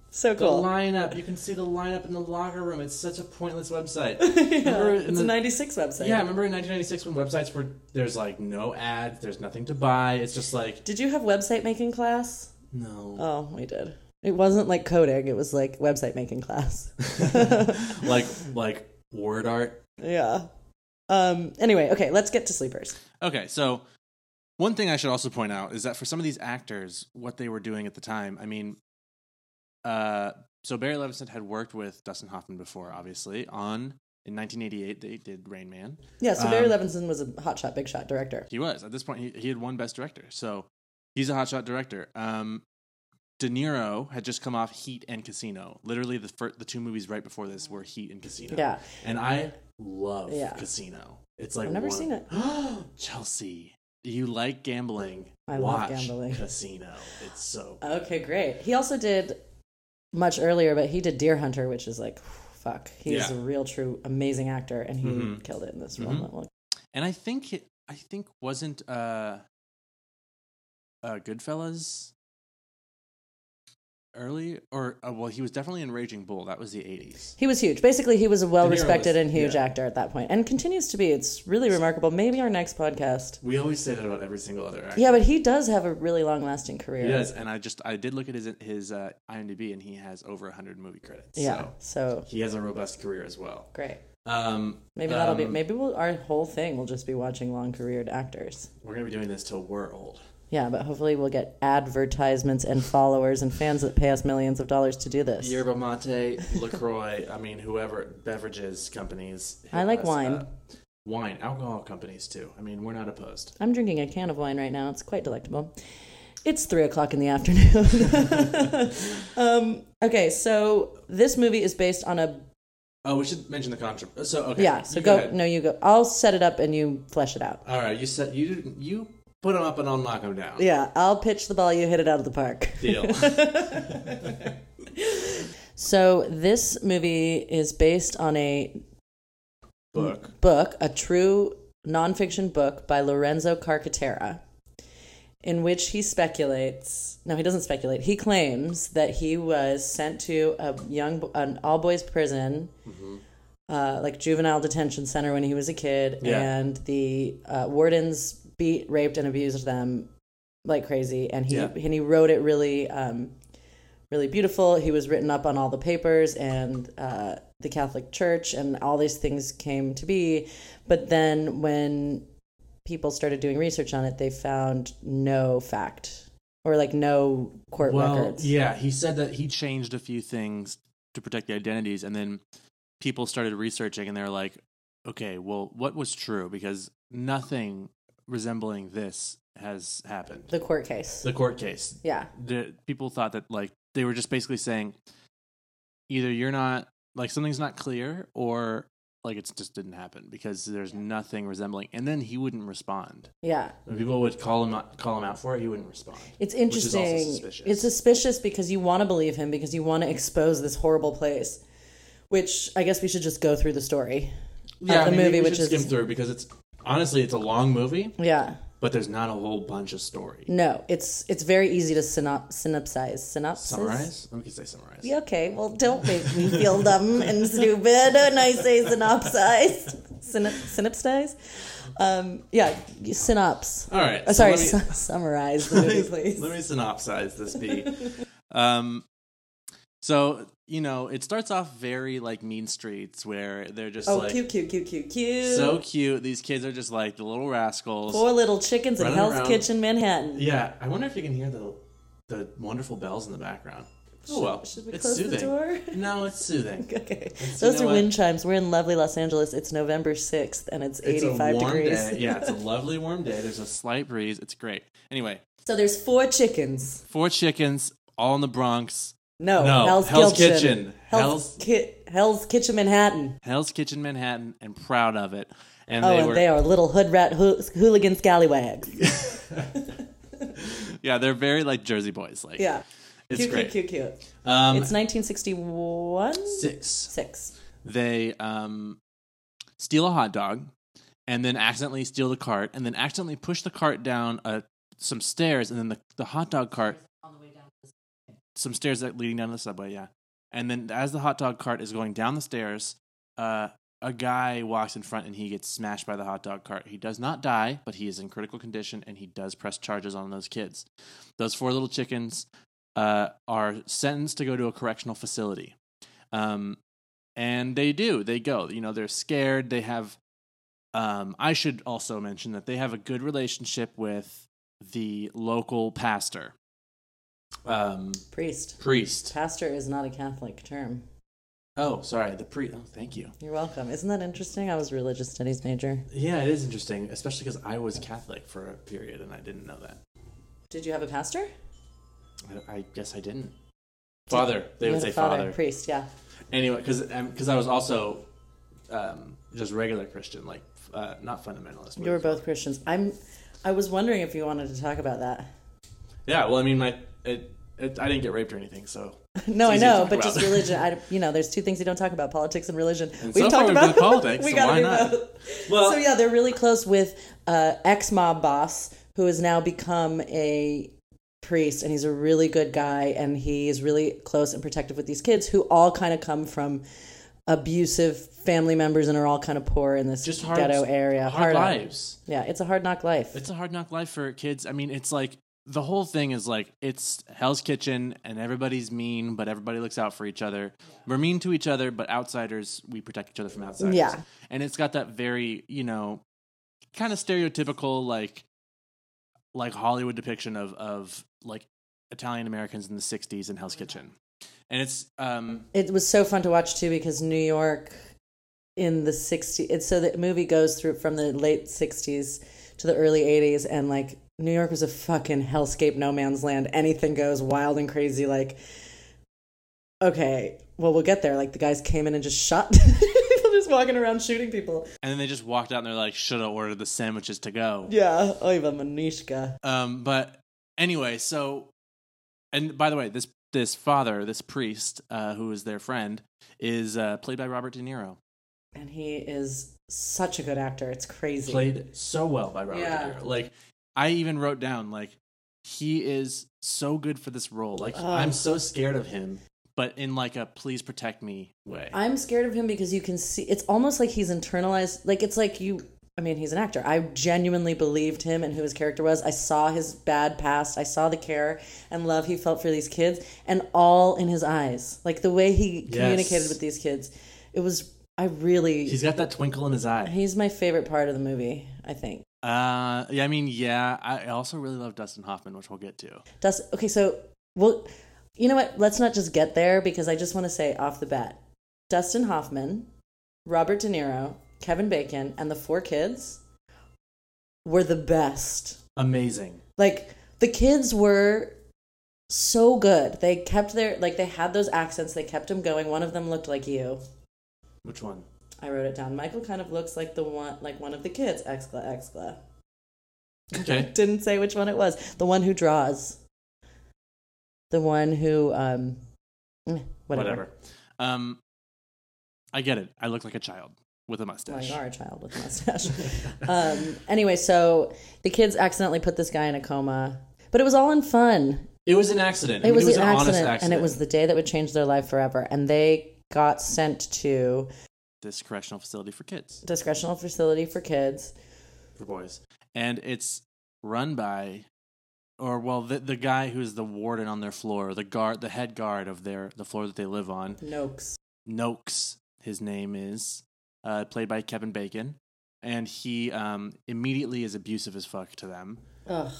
B: So cool.
C: lineup. You can see the lineup in the locker room. It's such a pointless website.
B: [LAUGHS] yeah,
C: Remember in
B: it's
C: the-
B: a 96 website.
C: yeah. Remember in 1996 when websites were there's like no ads, there's nothing to buy. It's just like
B: Did you have website making class?
C: no.
B: Oh, we did. It wasn't like coding, it was like website making class. [LAUGHS] Oh.
C: [LAUGHS] like like word art.
B: yeah. Um anyway, okay, let's get to sleepers.
A: Okay, so one thing I should also point out is that for some of these actors, what they were doing at the time, I mean, uh, so Barry Levinson had worked with Dustin Hoffman before, obviously. On in 1988, they did Rain Man.
B: Yeah, so Barry Levinson was a hotshot big shot director.
A: He was at this point he, he had won Best Director, so he's a hotshot director. Um, De Niro had just come off Heat and Casino. Literally, the fir- the two movies right before this were Heat and Casino.
B: Yeah.
C: And I love
B: Yeah.
C: Casino. It's like
A: [GASPS]
B: I've never
C: one-
B: seen it.
C: Chelsea.
A: You like gambling.
B: I
A: Watch
B: love gambling.
A: Casino. It's
B: [LAUGHS]
A: so
B: Okay, great. He also did much earlier, but he did Deer Hunter, which is like, fuck. He's
A: Yeah.
B: a real, true, amazing actor, and he
A: Mhm.
B: killed it in this role.
A: Mhm. And I think it- I think wasn't uh uh Goodfellas early or uh, well he was definitely in Raging Bull. That was the 80s.
B: He was huge. Basically, he was a well-respected
C: was-
B: and huge
C: yeah.
B: actor at that point, and continues to be. It's really remarkable. Maybe our next podcast.
C: We always say that about every single other actor.
B: Yeah, but he does have a really long-lasting career.
A: He does and I just I did look at his his uh, IMDb and he has over 100 movie credits.
B: Yeah.
A: So
B: So
C: He has a robust career as well.
B: great.
C: Um,
B: Maybe that'll be.
C: um,
B: Maybe we'll, our whole thing will just be watching long-careered actors.
C: We're gonna be doing this till we're old.
B: Yeah, but hopefully we'll get advertisements and followers and fans that pay us millions of dollars to do this.
C: Yerba
B: [LAUGHS]
C: Mate, Lacroix. I mean, whoever beverages companies. hit
B: I like
C: us
B: wine.
C: up. Wine, alcohol companies too. I mean, we're not opposed.
B: I'm drinking a can of wine right now. It's quite delectable. It's three o'clock in the afternoon. [LAUGHS] um, okay, so this movie is based on a
C: Oh, we should mention the contra. So okay.
B: yeah. So
C: you
B: go,
C: ahead.
B: no, you go. I'll set it up and you flesh it out.
C: All right, you said you you put them up and I'll knock them down.
B: Yeah, I'll pitch the ball. You hit it out of
C: [LAUGHS]
B: the park. [LAUGHS]
C: Deal.
B: So this movie is based on a
C: [LAUGHS] Book.
B: book, a true nonfiction book by Lorenzo Carcaterra, in which he speculates. No, he doesn't speculate. He claims that he was sent to a young, an all boys prison, uh, like juvenile detention center when he was a kid,
C: Yeah.
B: and the uh, wardens beat, raped, and abused them like crazy. And he
C: Yeah.
B: and he wrote it really. Um, really beautiful. He was written up on all the papers and uh, the Catholic Church, and all these things came to be. But then when people started doing research on it, they found no fact or like no court
A: well,
B: records.
A: yeah, he said that he changed a few things to protect the identities, and then people started researching, and they were like, "Okay, well, what was true? Because nothing resembling this has happened."
B: The court case.
C: The court case.
B: yeah.
A: The people thought that like they were just basically saying, either you're not like something's not clear, or like it's just didn't happen because there's nothing resembling. And then he wouldn't respond.
B: Yeah.
C: When people would call him out, call him out for it, he wouldn't respond.
B: It's
C: is
B: interesting.
C: also suspicious.
B: It's suspicious because you want to believe him because you want to expose this horrible place. Which I guess we should just go through the story.
C: yeah,
B: the
C: I mean,
B: movie,
C: we
B: which
C: should
B: is-
C: skim through because it's honestly it's a long movie,
B: Yeah.
C: but there's not a whole bunch of story.
B: No, it's it's very easy to synop- synopsize. Synopsis.
C: Summarize. We could say summarize.
B: Yeah, Okay, well, don't make me feel dumb and stupid and I say synopsized. Syn- synopsized? Um, yeah, synopse.
C: All right.
B: Oh,
C: so
B: [LAUGHS] sorry,
C: let me- [LAUGHS]
B: su- summarize the movie, please.
C: Let me synopsize this B.
B: [LAUGHS]
A: Um, so you know, it starts off very like mean streets where they're just
B: oh,
A: like
B: cute, cute, cute, cute, cute.
A: so cute. These kids are just like the little rascals.
B: Four little chickens in
C: Running
B: Hell's
C: around.
B: Kitchen, Manhattan.
C: Yeah, I wonder if you can hear the the wonderful bells in the background. Oh well,
B: Should we
C: it's
B: close
C: soothing.
B: the door?
C: No, it's soothing.
B: [LAUGHS] okay.
C: you
B: Those
C: know
B: are
C: what?
B: wind chimes. We're in lovely Los Angeles. It's November 6th and it's,
C: It's a
B: 85
C: warm
B: degrees.
C: day. Yeah, it's a lovely warm day. There's a
A: Slight breeze. It's great. Anyway,
B: [LAUGHS] So there's four chickens.
A: four chickens, all in the Bronx.
B: No,
C: No,
B: Hell's,
C: Hell's
B: Kitchen.
C: Kitchen.
B: Hell's, Ki- Hell's Kitchen, Manhattan.
A: Hell's Kitchen, Manhattan, and proud of it. And
B: Oh,
A: they
B: and
A: were,
B: they are little hood rat hoo- hooligan scallywags.
C: [LAUGHS]
A: yeah, they're very like Jersey boys. Like,
B: Yeah.
C: It's
B: cute,
C: great.
B: cute, cute, cute.
C: um
B: It's 1961?
C: six.
B: Six.
A: they um, steal a hot dog, and then accidentally steal the cart, and then accidentally push the cart down uh, some stairs, and then the, the hot dog cart some stairs that leading down to the subway. Yeah, and then as the hot dog cart is going down the stairs, uh, a guy walks in front and he gets smashed by the hot dog cart. He does not die, but he is in critical condition, and he does press charges on those kids. Those four little chickens uh, are sentenced to go to a correctional facility, um, and they do. They go. You know, they're scared. They have. Um, I should also mention that they have a good relationship with the local pastor. Um,
B: Priest.
C: Priest.
B: Pastor is not a Catholic term.
C: Oh, sorry, the priest. Oh, thank you.
B: You're welcome. Isn't that interesting? I was a religious studies major.
C: Yeah, it is interesting, especially because I was Catholic for a period and I didn't know that.
B: Did you have a pastor?
C: I, I guess I didn't. Father, they
B: You
C: would
B: had
C: say
B: a father.
C: father.
B: Priest, yeah.
C: Anyway, because because I was also um, just regular Christian, like uh, not fundamentalist. but-
B: You were both Christians. I'm I was wondering if you wanted to talk about that.
C: Yeah, well, I mean, my it, it, I didn't get raped or anything, so
B: No, I
C: easy to
B: know,
C: talk
B: but
C: about.
B: just religion. I, you know, there's two things you don't talk about: politics and religion.
C: And
B: we've
C: so far
B: talked
C: we've done
B: about
C: politics,
B: [LAUGHS] we
C: so
B: gotta
C: why
B: do
C: not?
B: both.
C: Well-
B: so yeah, they're really close with uh, ex mob boss who has now become a priest, and he's a really good guy, and he is really close and protective with these kids who all kind of come from abusive family members and are all kind of poor in this
A: Just hard-
B: ghetto area.
A: hard
B: on-
A: lives.
B: Yeah, it's a hard knock life.
A: it's a hard knock life for kids. I mean, it's like the whole thing is like it's Hell's Kitchen and everybody's mean, but everybody looks out for each other. We're mean to each other, but outsiders, we protect each other from outsiders.
B: Yeah.
A: And it's got that very, you know, kind of stereotypical like like Hollywood depiction of of like Italian Americans in the 60s in Hell's Kitchen. And it's um
B: it was so fun to watch too because New York in the 60s it's so the movie goes through from the late 60s to the early 80s and like New York was a fucking hellscape no man's land anything goes wild and crazy like okay well we'll get there like the guys came in and just shot [LAUGHS] people just walking around shooting people
A: and then they just walked out and they're like should have ordered the sandwiches to go.
B: yeah Oiva Manishka
A: Um, but anyway, so and by the way, this this father, this priest, uh, who is their friend, is uh, played by Robert De Niro.
B: and he is such a good actor it's crazy
C: played so well by Robert
B: Yeah.
C: De Niro. Like,
A: I even wrote down like he is so good for this role. Like
C: like
B: Ugh.
C: I'm so scared of him.
A: but in like a please protect me way.
B: I'm scared of him because you can see it's almost like he's internalized like it's like you I mean he's an actor. I genuinely believed him and who his character was. I saw his bad past. I saw the care and love he felt for these kids and all in his eyes. Like the way he communicated with these kids. It was I really
C: He's got that twinkle in his eye.
B: he's my favorite part of the movie, I think.
A: Uh, yeah, I mean, yeah. I I also really love Dustin Hoffman, which we'll get to.
B: Dust. Okay, so well, you know what? Let's not just get there because I just want to say off the bat, Dustin Hoffman, Robert De Niro, Kevin Bacon, and the four kids were the best.
C: Amazing.
B: Like the kids were so good. They kept their like they had those accents. They kept them going. One of them looked like you.
C: Which one?
B: I wrote it down. Michael kind of looks like the one like one of the kids. Excla excla.
C: Okay.
B: didn't say which one it was. The one who draws. The one who um eh, whatever.
A: Whatever. Um, I get it. I look like a child with a
B: Well,
A: mustache.
B: Oh, you are a child with a mustache. [LAUGHS]
A: [LAUGHS]
B: um anyway, so the kids accidentally put this guy in a coma. But it was all in fun.
C: It was an accident. I
B: It
C: mean,
B: was,
C: it was
B: an
C: an honest
B: accident, and it
C: accident.
B: was the day that would change their life forever. And they got sent to
A: This correctional facility for kids.
B: discretional facility for kids.
C: for boys.
A: and it's run by or well the, the guy who's the warden on their floor the guard the head guard of their the floor that they live on
B: Noakes.
A: noakes his name is uh, played by kevin bacon and he um, immediately is abusive as fuck to them
B: Ugh.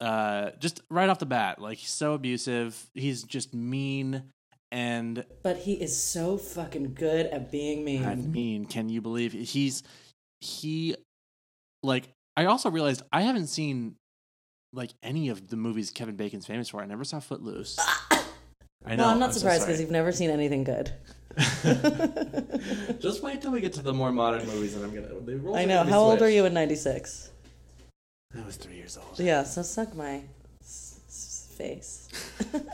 A: uh, just right off the bat like he's so abusive he's just mean and
B: But he is so fucking good at being mean.
A: I mean, can you believe it? he's he like I also realized I haven't seen like any of the movies Kevin Bacon's famous for. I never saw
B: [COUGHS]
A: Footloose. I know.
B: well, I'm not
A: so
B: surprised
A: sorry.
B: because you've never seen anything good.
A: [LAUGHS]
B: [LAUGHS]
C: Just wait till we get to the more modern movies, and I'm gonna. The roles
B: I
C: are
B: know.
C: gonna be
B: How old
C: switched.
B: are you in '96?
C: I was three years old.
B: Yeah, so suck my s- s- face.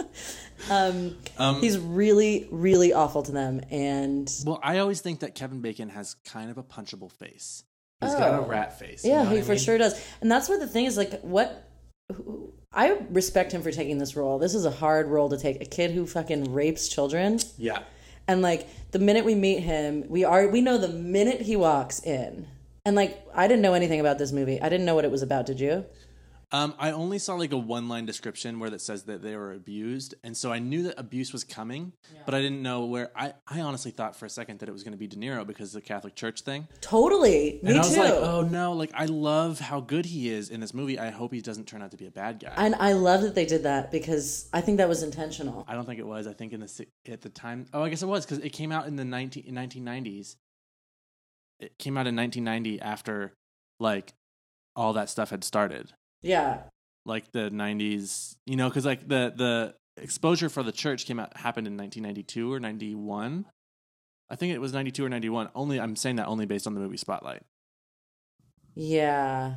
B: [LAUGHS] um,
C: Um,
B: he's really, really awful to them, and
A: Well, I always think that Kevin Bacon has kind of a punchable face.
C: he's got
B: Oh.
C: a rat face. you
B: yeah,
C: know
B: he
C: what I
B: for
C: mean?
B: sure does. And that's where the thing is, like, what. who- I respect him for taking this role. This is a hard role to take. A kid who fucking rapes children.
C: Yeah.
B: and like the minute we meet him we are we know the minute he walks in and like i didn't know anything about this movie i didn't know what it was about did you
A: Um, I only saw like a one-line description where that says that they were abused, and so I knew that abuse was coming, but I didn't know where. I, I honestly thought for a second that it was going to be De Niro because of the Catholic Church thing.
B: totally me
A: and I was
B: too
A: like, oh no, like I love how good he is in this movie. I hope he doesn't turn out to be a bad guy.
B: and i love that they did that because i think that was intentional
A: I don't think it was. I think in the si- at the time, oh, I guess it was because it came out in the 19, 1990s. It came out in 1990 after like all that stuff had started,
B: yeah
A: like the 90s, you know, because like the the exposure for the church came out happened in 1992 or 91. I think it was 92 or 91. Only I'm saying that only based on the movie Spotlight.
B: yeah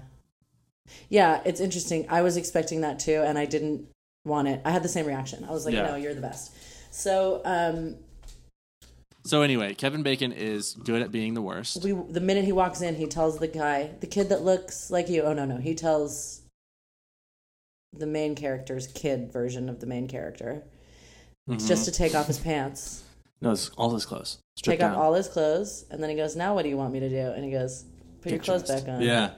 B: Yeah, it's interesting. I was expecting that too, and I didn't want it. I had the same reaction. I was like,
A: Yeah.
B: no, you're the best. So um,
A: So anyway, Kevin Bacon is good at being the worst.
B: we, the minute he walks in, he tells the guy, the kid that looks like you. Oh no, no, he tells the main character's kid version of the main character
A: Mm-hmm.
B: just to take off his pants,
A: No, it's, all his clothes. Strip
B: take
A: down.
B: off all his clothes, and then he goes, "Now what do you want me to do?" And he goes, "Put your
A: Get
B: clothes
A: dressed.
B: back on."
A: Yeah,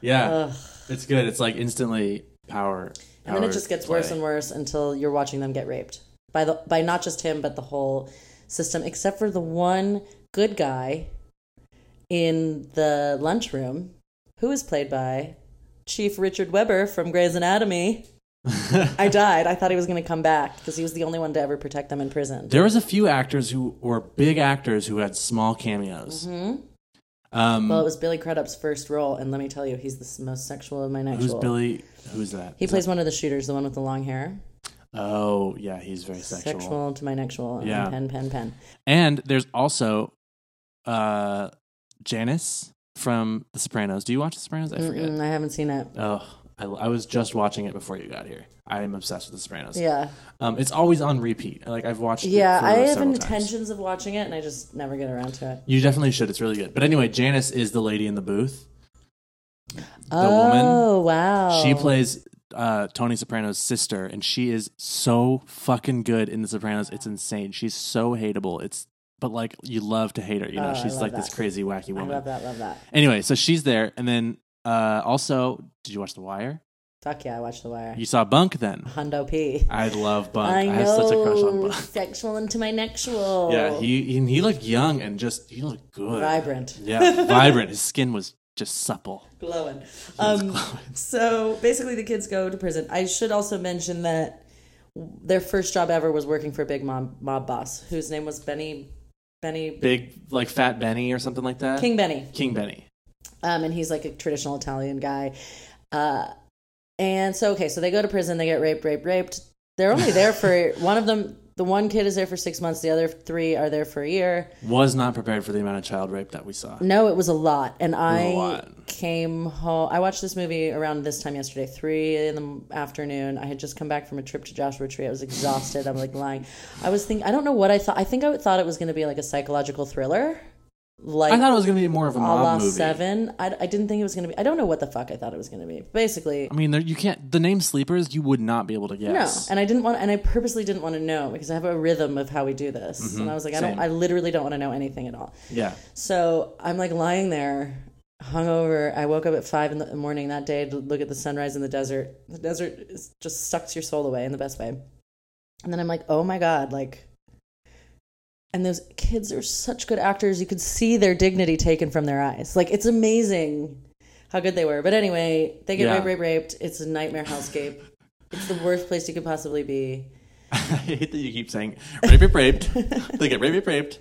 A: yeah.
B: Ugh.
A: It's good. It's like instantly power.
B: and then it
A: power
B: just gets
A: play.
B: worse and worse until you're watching them get raped by the by not just him but the whole system except for the one good guy in the lunchroom who is played by Chief Richard Weber from Grey's Anatomy. I died. I thought he was going to come back because he was the only one to ever protect them in prison.
A: There was a few actors who were big actors who had small cameos.
B: Mm-hmm.
A: Um,
B: Well, it was Billy Crudup's first role, and let me tell you, he's the s- most sexual of my
A: who's
B: actual.
A: Billy? Who's that?
B: He plays one of the shooters, the one with the long hair.
A: Oh, yeah, he's very sexual.
B: Sexual, to my nexual.
A: Yeah.
B: Yeah. Pen, pen, pen.
A: And there's also uh, Janice from The Sopranos. Do you watch The Sopranos? I forget.
B: Mm, I haven't seen it.
A: Oh, I, I was just watching it before you got here. I am obsessed with The Sopranos.
B: Yeah.
A: Um, it's always on repeat. Like I've watched.
B: Yeah,
A: it for
B: I have
A: several Times.
B: intentions of watching it, and I just never get around to it.
A: You definitely should. It's really good. But anyway, Janice is the lady in the booth. woman-
B: oh wow!
A: She plays uh, Tony Soprano's sister, and she is so fucking good in The Sopranos. It's insane. She's so hateable. It's but like you love to hate her. You know,
B: Oh, I
A: she's
B: love
A: like this
B: that.
A: crazy wacky
B: I
A: woman.
B: love that. Love that.
A: Anyway, so she's there, and then uh, also, did you watch The Wire?
B: Fuck yeah! I watched The Wire.
A: You saw Bunk then.
B: Hundo P.
A: I love Bunk.
B: I
A: I, have such a crush on
B: know.
A: Bunk.
B: Sexual into my nexual.
A: Yeah, he and he looked young and just he looked good.
B: vibrant,
A: Yeah, vibrant. His skin was just supple.
B: glowing. Um, so basically, the kids go to prison. I should also mention that their first job ever was working for a big mob mob boss whose name was Benny Benny
A: Big like Fat Benny or something like that.
B: King Benny.
A: King Benny.
B: um, and he's like a traditional Italian guy. Uh, and so, okay, so they go to prison, they get raped, raped, raped. They're only there for [LAUGHS] one of them. The one kid is there for six months. The other three are there for a year.
A: Was not prepared for the amount of child rape that we saw.
B: No, it was a lot, and I
A: lot.
B: came home. I watched this movie around this time yesterday, three in the afternoon. I had just come back from a trip to Joshua Tree. I was exhausted. I'm like lying. I was thinking. I don't know what I thought. I think I thought it was going to be like a psychological thriller, like
A: I thought it was gonna be more of a
B: a la
A: mob movie.
B: Seven. I, I didn't think it was going to be. I don't know what the fuck I thought it was going to be. Basically,
A: I mean, there, you can't. The name Sleepers, you would not be able to guess.
B: no. And I didn't want, and I purposely didn't want to know because I have a rhythm of how we do this. And I was like, I don't,
A: Mm-hmm. Same.
B: I literally don't want to know anything at all.
A: yeah, [LAUGHS]
B: So I'm like lying there, hungover. I woke up at five in the morning that day to look at the sunrise in the desert. The desert is, just sucks your soul away in the best way. And then I'm like, oh my god, like. And those kids are such good actors. You could see their dignity taken from their eyes. Like it's amazing how good they were. But anyway, they get
A: Yeah.
B: raped, raped, raped. It's a nightmare housecape. it's the worst place you could possibly be.
A: I hate that you keep saying rape, rape,
B: [LAUGHS]
A: raped. they get rape, rape, raped.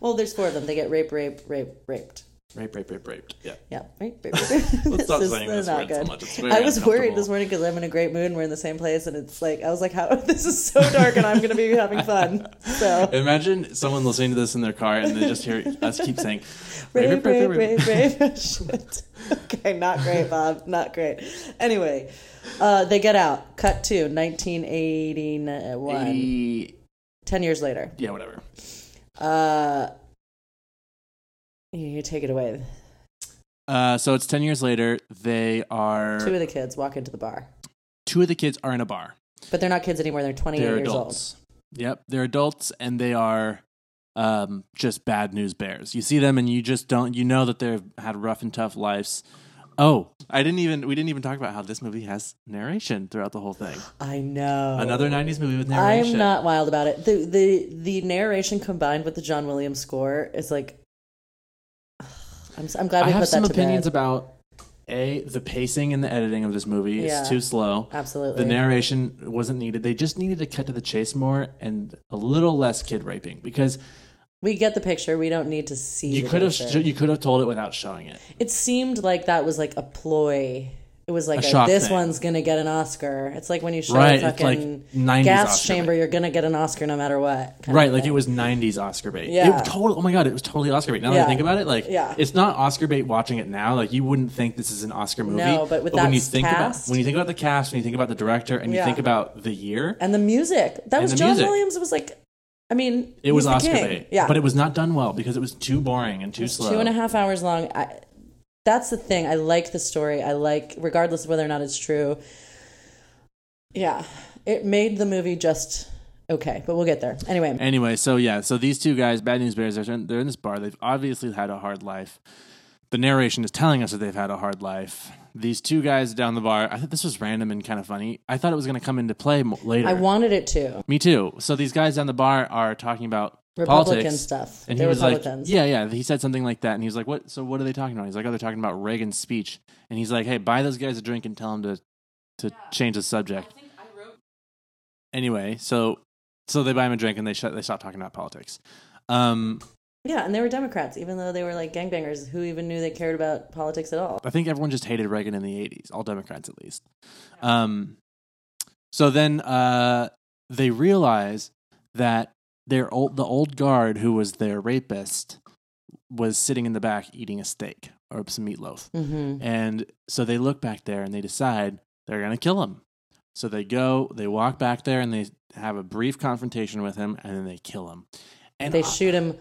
B: Well, there's four of them. They get raped, raped, raped, raped.
A: Rape, rape, rape, raped. Yeah.
B: [LAUGHS] Yeah, right. right, [LAUGHS] right.
A: Let's stop
B: is
A: saying this word so much. It's very
B: I was worried
A: uncomfortable.
B: this morning because I'm in a great mood and we're in the same place, and it's like I was like, "How [LAUGHS] this is so dark," and I'm going to be having fun.
A: [LAUGHS]
B: So
A: Imagine someone listening to this in their car and they just hear us keep
B: [LAUGHS]
A: saying
B: brave, brave, brave, brave. [LAUGHS] Shit. Okay, not great, Bob. Not great. Anyway, uh, they get out. Cut to 1981.
A: Eh,
B: Ten years later.
A: Yeah, whatever.
B: Uh, you you take it away.
A: Uh, so it's ten years later. They are
B: Two of the kids walk into the bar,
A: two of the kids are in a bar.
B: but they're not kids anymore. They're 28
A: They're
B: years
A: adults. Yep, they're adults, and they are um, just bad news bears. You see them, and you just don't. You know that they've had rough and tough lives. Oh, I didn't even. We didn't even talk about how this movie has narration throughout the whole
B: [SIGHS]
A: thing.
B: old. I know.
A: Another '90s movie with narration.
B: I'm not wild about it. The the the narration combined with the John Williams score is like. [SIGHS] I'm, s- I'm glad
A: I
B: we
A: have
B: put that
A: some
B: to
A: opinions
B: bed.
A: about a the pacing and the editing of this movie.
B: Yeah.
A: It's too slow.
B: Absolutely.
A: The narration wasn't needed. They just needed to cut to the chase more and a little less kid raping because
B: we get the picture. We don't need to see.
A: you
B: the
A: could have
B: picture.
A: you could have told it without showing it.
B: it seemed like that was like a ploy it was like
A: A
B: a,
A: shock
B: this
A: thing.
B: one's gonna get an Oscar. It's like when you show
A: Right,
B: a
A: it's like
B: fucking
A: 90s
B: gas
A: Oscar
B: chamber, you're gonna get an Oscar no matter what. kind of
A: Right, like
B: thing.
A: it was '90s Oscar bait.
B: Yeah.
A: It was total. Oh my god, it was totally Oscar bait. Now that
B: Yeah.
A: I think about it, like
B: Yeah.
A: it's not Oscar bait. Watching it now, like you wouldn't think this is an Oscar movie.
B: No, but with that
A: when you think
B: cast-
A: about when you think about the cast, when you think about the director, and
B: Yeah.
A: you think about the year,
B: and the music that was
A: the
B: John
A: music.
B: Williams. It was like, I mean,
A: it was
B: he's the
A: Oscar
B: king.
A: bait.
B: Yeah,
A: but it was not done well because it was too boring and too slow.
B: two and a half hours long. I, that's the thing. I like the story. I like, regardless of whether or not it's true. Yeah, it made the movie just okay, but we'll get there anyway.
A: Anyway, so yeah, so these two guys, Bad News Bears, they're in, they're in this bar. They've obviously had a hard life. The narration is telling us that they've had a hard life. These two guys down the bar. I thought this was random and kind of funny. I thought it was going to come into play mo- later.
B: I wanted it to
A: Me too. So these guys down the bar are talking about
B: Republican
A: politics.
B: stuff.
A: And
B: They're
A: he was
B: Republicans.
A: like, yeah, yeah. He said something like that, and he was like, "What? So what are they talking about?" He's like, "Oh, they're talking about Reagan's speech." And he's like, "Hey, buy those guys a drink and tell them to to change the subject." Anyway, so so they buy him a drink and they shut they stop talking about politics. Um,
B: yeah, and they were Democrats, even though they were like gangbangers. Who even knew they cared about politics at all?
A: I think everyone just hated Reagan in the 80s, all Democrats at least. Um, so then uh, they realize that their old, the old guard who was their rapist was sitting in the back eating a steak or some meatloaf.
B: Mm-hmm.
A: And so they look back there and they decide they're going to kill him. So they go, they walk back there and they have a brief confrontation with him and then they kill him. And
B: They
A: I-
B: shoot him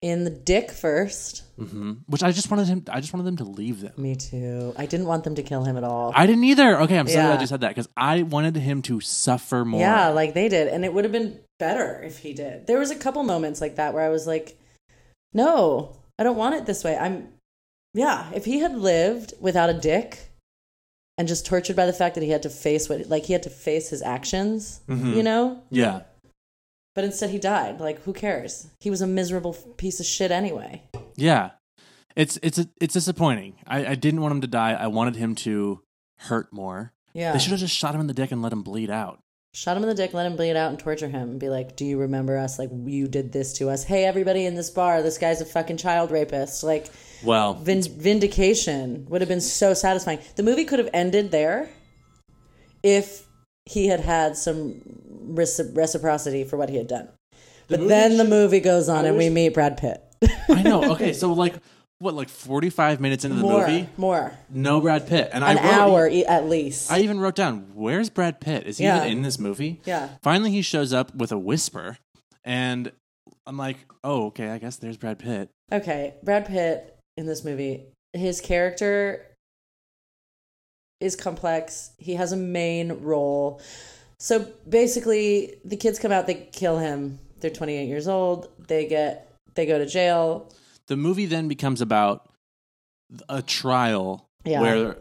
B: in the dick first.
A: Mhm. which I just wanted him I just wanted them to leave them.
B: Me too. I didn't want them to kill him at all.
A: I didn't either. Okay, I'm sorry
B: Yeah.
A: I just said that because I wanted him to suffer more.
B: Yeah, like they did, and it would have been better if he did. There was a couple moments like that where I was like, "No, I don't want it this way." I'm, yeah. If he had lived without a dick and just tortured by the fact that he had to face what, like he had to face his actions,
A: Mm-hmm.
B: you know.
A: yeah.
B: But instead, he died. Like, who cares? He was a miserable f- piece of shit anyway.
A: Yeah. It's it's it's disappointing. I, I didn't want him to die. I wanted him to hurt more.
B: Yeah.
A: They should have just shot him in the dick and let him bleed out.
B: Shot him in the dick, let him bleed out, and torture him, and be like, "Do you remember us? Like, you did this to us. Hey, everybody in this bar, this guy's a fucking child rapist. Like."
A: Well,
B: Vin- vindication would have been so satisfying. The movie could have ended there if he had had some reci- reciprocity for what he had done. but then the movie goes on and we meet Brad Pitt.
A: [LAUGHS] I know. Okay, so like what like 45 minutes into the
B: [LAUGHS] more,
A: movie,
B: more,
A: no Brad Pitt. And
B: an
A: I wrote,
B: hour e- at least.
A: I even wrote down, where's Brad Pitt? Is he
B: Yeah.
A: even in this movie?
B: Yeah.
A: Finally, he shows up with a whisper, and I'm like, oh, okay, I guess there's Brad Pitt.
B: okay, Brad Pitt in this movie, his character is complex. He has a main role. So basically, the kids come out, they kill him. They're 28 years old. They get they go to jail.
A: the movie then becomes about a trial
B: Yeah.
A: where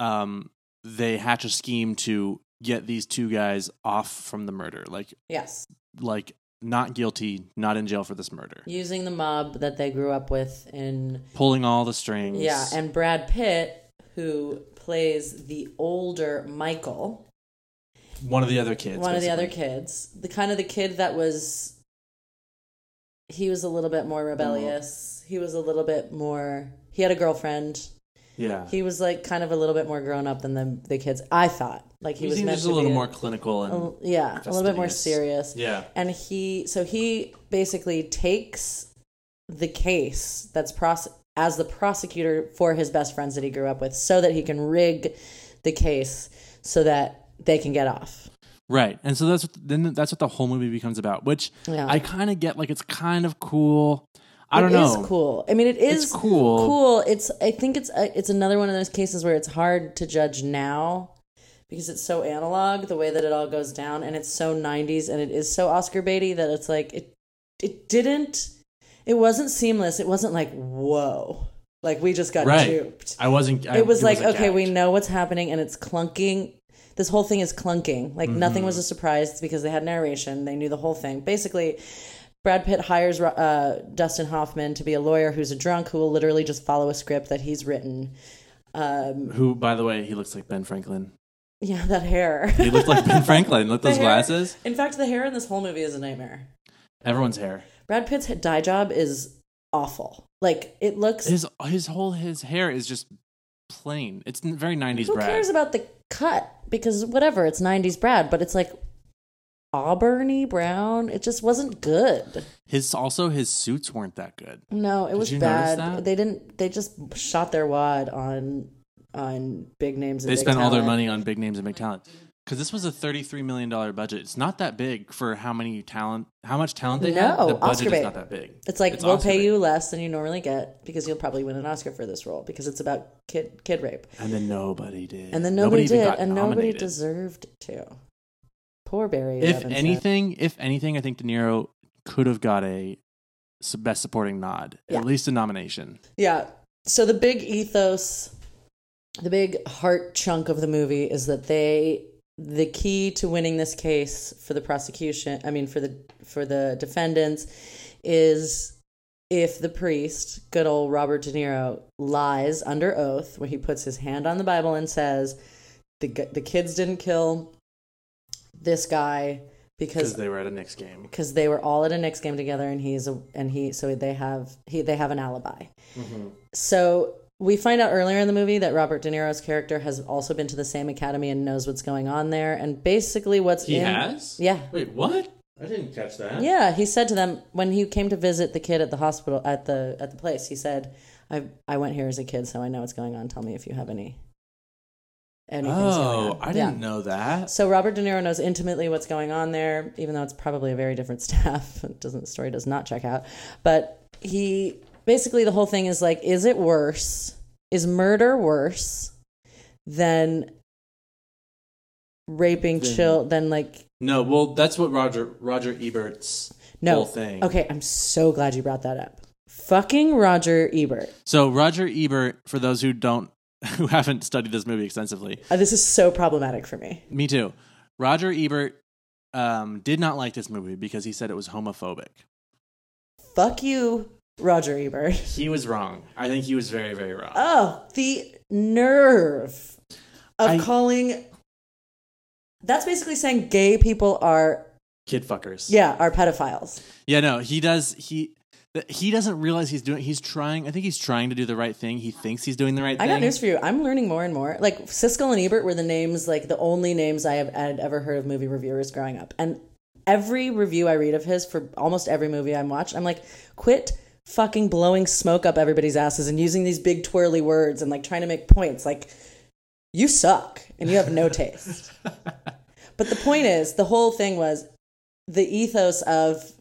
A: um, they hatch a scheme to get these two guys off from the murder like
B: Yes.
A: like not guilty not in jail for this murder
B: Using the mob that they grew up with in
A: pulling all the strings
B: Yeah, and Brad Pitt, who plays the older Michael,
A: one of the other kids
B: one of the other
A: basically.
B: kids, the kind of the kid that was he was a little bit more rebellious. He was a little bit more he had a girlfriend.
A: yeah
B: He was like kind of a little bit more grown up than the the kids. I thought. Like
A: he
B: he, was
A: seems
B: meant
A: just
B: to
A: a little
B: be Oh.
A: more clinical and
B: a- yeah, a little bit more
A: fastidious.
B: serious.
A: yeah
B: and he so he basically takes the case that's pros as the prosecutor for his best friends that he grew up with so that he can rig the case so that they can get off
A: Right, and so that's what, then that's what the whole movie becomes about, which
B: Yeah.
A: I kind of get. Like it's kind of cool. I don't
B: It
A: know.
B: is cool i mean it is
A: It's cool.
B: cool it's i think it's uh, it's another one of those cases where it's hard to judge now because it's so analog the way that it all goes down and it's so 90s and it is so oscar baity that it's like it it didn't it wasn't seamless it wasn't like whoa like we just got
A: Right.
B: duped
A: I wasn't. I,
B: it was like
A: a
B: okay we
A: gag.
B: know what's happening and it's clunking this whole thing is clunking like
A: Mm-hmm.
B: nothing was a surprise because they had narration they knew the whole thing basically brad pitt hires uh, dustin hoffman to be a lawyer who's a drunk who will literally just follow a script that he's written [LAUGHS]
A: Who, by the way, he looks like Ben Franklin.
B: yeah that hair [LAUGHS]
A: He looked like Ben Franklin. Look those
B: hair.
A: glasses.
B: in fact the hair in this whole movie is a nightmare
A: Everyone's hair.
B: brad pitt's dye job is awful like it looks
A: His his whole his hair is just plain. It's n- very '90s.
B: Who
A: Brad.
B: cares about the cut? Because whatever, it's '90s Brad, but it's like auburny brown. It just wasn't good.
A: His also his suits weren't that good.
B: No, it was
A: you notice that?
B: bad. They didn't. They just shot their wad on on big names. And
A: They
B: big
A: spent all their
B: talent.
A: money on big names and big talent because this was a thirty-three million dollar budget. It's not that big for how many talent, how much talent they had.
B: No,
A: The budget
B: Oscar
A: is
B: bait.
A: not that big.
B: It's like
A: It's
B: we'll
A: Oscar
B: pay
A: bait.
B: you less than you normally get because you'll probably win an Oscar for this role because it's about kid kid rape.
A: And then nobody did.
B: And then nobody,
A: even
B: did,
A: got
B: and nobody
A: nominated.
B: deserved to. Poor Barry.
A: If
B: Levinson.
A: anything, if anything, I think De Niro could have got a s- best supporting nod,
B: Yeah.
A: at least a nomination.
B: Yeah. So the big ethos, the big heart chunk of the movie is that they the key to winning this case for the prosecution, I mean for the for the defendants is if the priest, good old Robert De Niro, lies under oath when he puts his hand on the Bible and says the g- the kids didn't kill this guy because
A: Because they were at a Knicks game.
B: because they were all at a Knicks game together, and he's a and he so they have he they have an alibi.
A: Mm-hmm.
B: So we find out earlier in the movie that Robert De Niro's character has also been to the same academy and knows what's going on there, and basically what's
C: He
B: in,
C: has?
B: yeah
C: Wait, what? I didn't catch that.
B: yeah he said to them when he came to visit the kid at the hospital at the at the place he said I I went here as a kid so I know what's going on tell me if you have any anything's going
A: Oh,
B: on.
A: I
B: Yeah.
A: didn't know that.
B: So Robert De Niro knows intimately what's going on there, even though it's probably a very different [LAUGHS] staff. It doesn't the story does not check out. But he basically the whole thing is like, is it worse? Is murder worse than raping
C: Than-
B: chill than like
C: No, well, that's what Roger Roger Ebert's
B: no
C: whole thing.
B: Okay, I'm so glad you brought that up. Fucking Roger Ebert.
A: So Roger Ebert, for those who don't, [LAUGHS] who haven't studied this movie extensively,
B: Uh, this is so problematic for me.
A: me too. Roger Ebert um, did not like this movie because he said it was homophobic.
B: Fuck you, Roger Ebert. [LAUGHS]
C: He was wrong. I think he was very, very wrong.
B: Oh, the nerve of
A: I-
B: calling. That's basically saying gay people are
A: Kid fuckers.
B: yeah are pedophiles.
A: Yeah, no, he does. He th- he doesn't realize he's doing. He's trying. I think he's trying to do the right thing. He thinks he's doing the right
B: I
A: thing.
B: got news for you. I'm learning more and more. Like Siskel and Ebert were the names, like the only names I have had ever heard of movie reviewers growing up. And every review I read of his for almost every movie I'm watched, I'm like, quit fucking blowing smoke up everybody's asses and using these big twirly words and like trying to make points. Like you suck and you have no taste. but the point is, the whole thing was the ethos of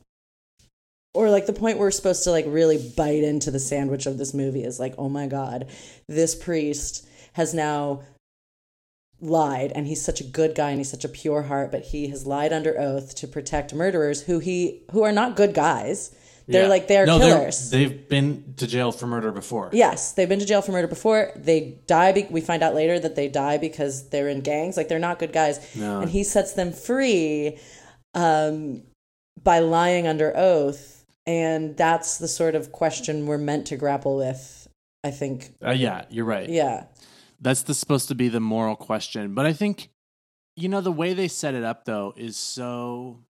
B: or like the point where we're supposed to like really bite into the sandwich of this movie is like, oh my god, this priest has now lied and he's such a good guy and he's such a pure heart, but he has lied under oath to protect murderers who he who are not good guys. They're
C: Yeah.
B: like they're
A: no, they're-
B: killers.
A: they've been to jail for murder before.
B: Yes, they've been to jail for murder before. They die. Be- we find out later that they die because they're in gangs. Like they're not good guys.
A: No.
B: And he sets them free um, by lying under oath. And that's the sort of question we're meant to grapple with, I think.
A: Uh, yeah, you're right.
B: Yeah.
A: That's the, supposed to be the moral question. But I think, you know, the way they set it up, though, is so.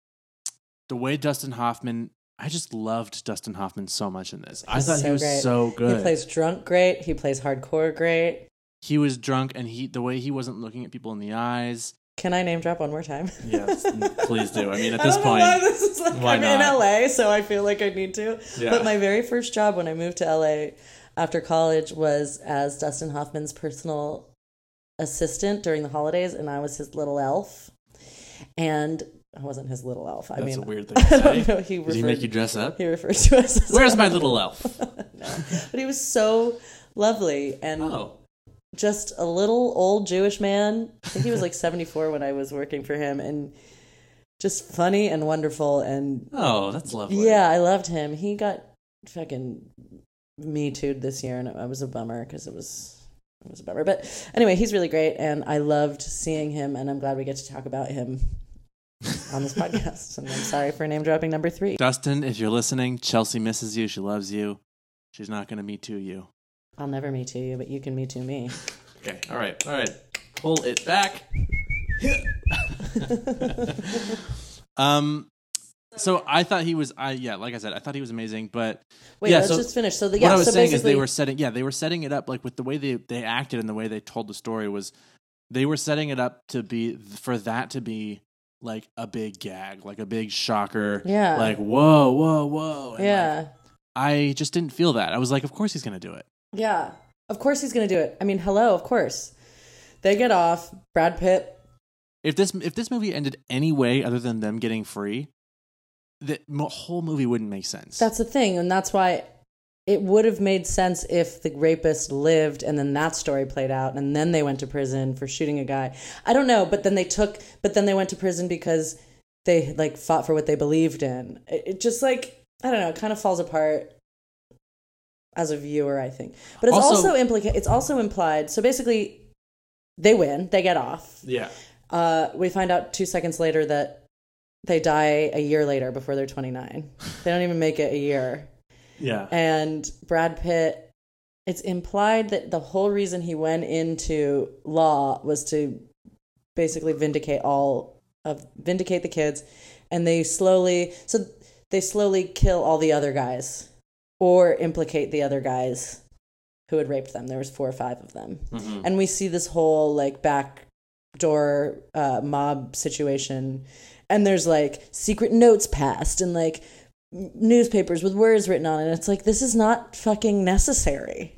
A: The way Dustin Hoffman. I just loved Dustin Hoffman so much in this. I
B: He's
A: thought
B: so
A: he was
B: great.
A: so good.
B: He plays drunk great. He plays hardcore great.
A: He was drunk, and he the way he wasn't looking at people in the eyes.
B: Can I name drop one more time? [LAUGHS]
A: Yes, [LAUGHS] please do. I mean, at
B: I
A: this
B: don't know why
A: point,
B: this is like
A: why
B: I'm
A: not?
B: in LA, so I feel like I need to.
A: Yeah.
B: But my very first job when I moved to LA after college was as Dustin Hoffman's personal assistant during the holidays, and I was his little elf. And I wasn't his little elf. I
A: that's
B: mean,
A: a
B: [LAUGHS]
A: weird thing to
B: I don't
A: say.
B: know. He referred,
A: Did he make you dress
B: [LAUGHS]
A: up?
B: he referred to us. As
A: Where's my little elf?
B: [LAUGHS] But he was so lovely and
A: Oh,
B: just a little old Jewish man. I think he was like [LAUGHS] 74 when I was working for him, and just funny and wonderful and
A: oh, that's lovely.
B: Yeah, I loved him. He got fucking me too'd this year, and it was a bummer because it was it was a bummer. But anyway, he's really great, and I loved seeing him, and I'm glad we get to talk about him on
A: [LAUGHS]
B: this podcast. And I'm sorry for name dropping number three.
A: Dustin, if you're listening, Chelsea misses you. She loves you. She's not going to me too you.
B: I'll never me too you, but you can me too me.
C: Okay. All right. All right. Pull it
B: [LAUGHS]
C: back.
A: [LAUGHS] Um, So I thought he was. I yeah, like I said, I thought he was amazing. But
B: Wait,
A: yeah,
B: let's
A: so
B: just finish. So the
A: what
B: yeah,
A: I was
B: so
A: saying
B: basically
A: is they were setting. Yeah, they were setting it up like with the way they they acted and the way they told the story was they were setting it up to be for that to be like a big gag, like a big shocker.
B: Yeah.
A: Like whoa, whoa, whoa. And, like,
B: yeah.
A: I just didn't feel that. I was like, of course he's gonna do it.
B: Yeah. Of course he's going to do it. I mean, hello, of course. They get off. Brad Pitt.
A: If this if this movie ended any way other than them getting free, the mo- whole movie wouldn't make sense.
B: That's the thing. And that's why it would have made sense if the rapist lived and then that story played out and then they went to prison for shooting a guy. I don't know. But then they took, but then they went to prison because they like fought for what they believed in. It, it just like, I don't know. It kind of falls apart as a viewer, I think. But it's
A: Also-
B: also, also implica- It's also implied. So basically, they win. They get off.
C: Yeah.
B: Uh, we find out two seconds later that they die a year later before they're 29. They don't even make it a year.
A: yeah.
B: And Brad Pitt, it's implied that the whole reason he went into law was to basically vindicate all of vindicate the kids and they slowly so they slowly kill all the other guys or implicate the other guys who had raped them there was four or five of them and we see this whole like back door uh, mob situation and there's like secret notes passed and like n- newspapers with words written on it it's like this is not fucking necessary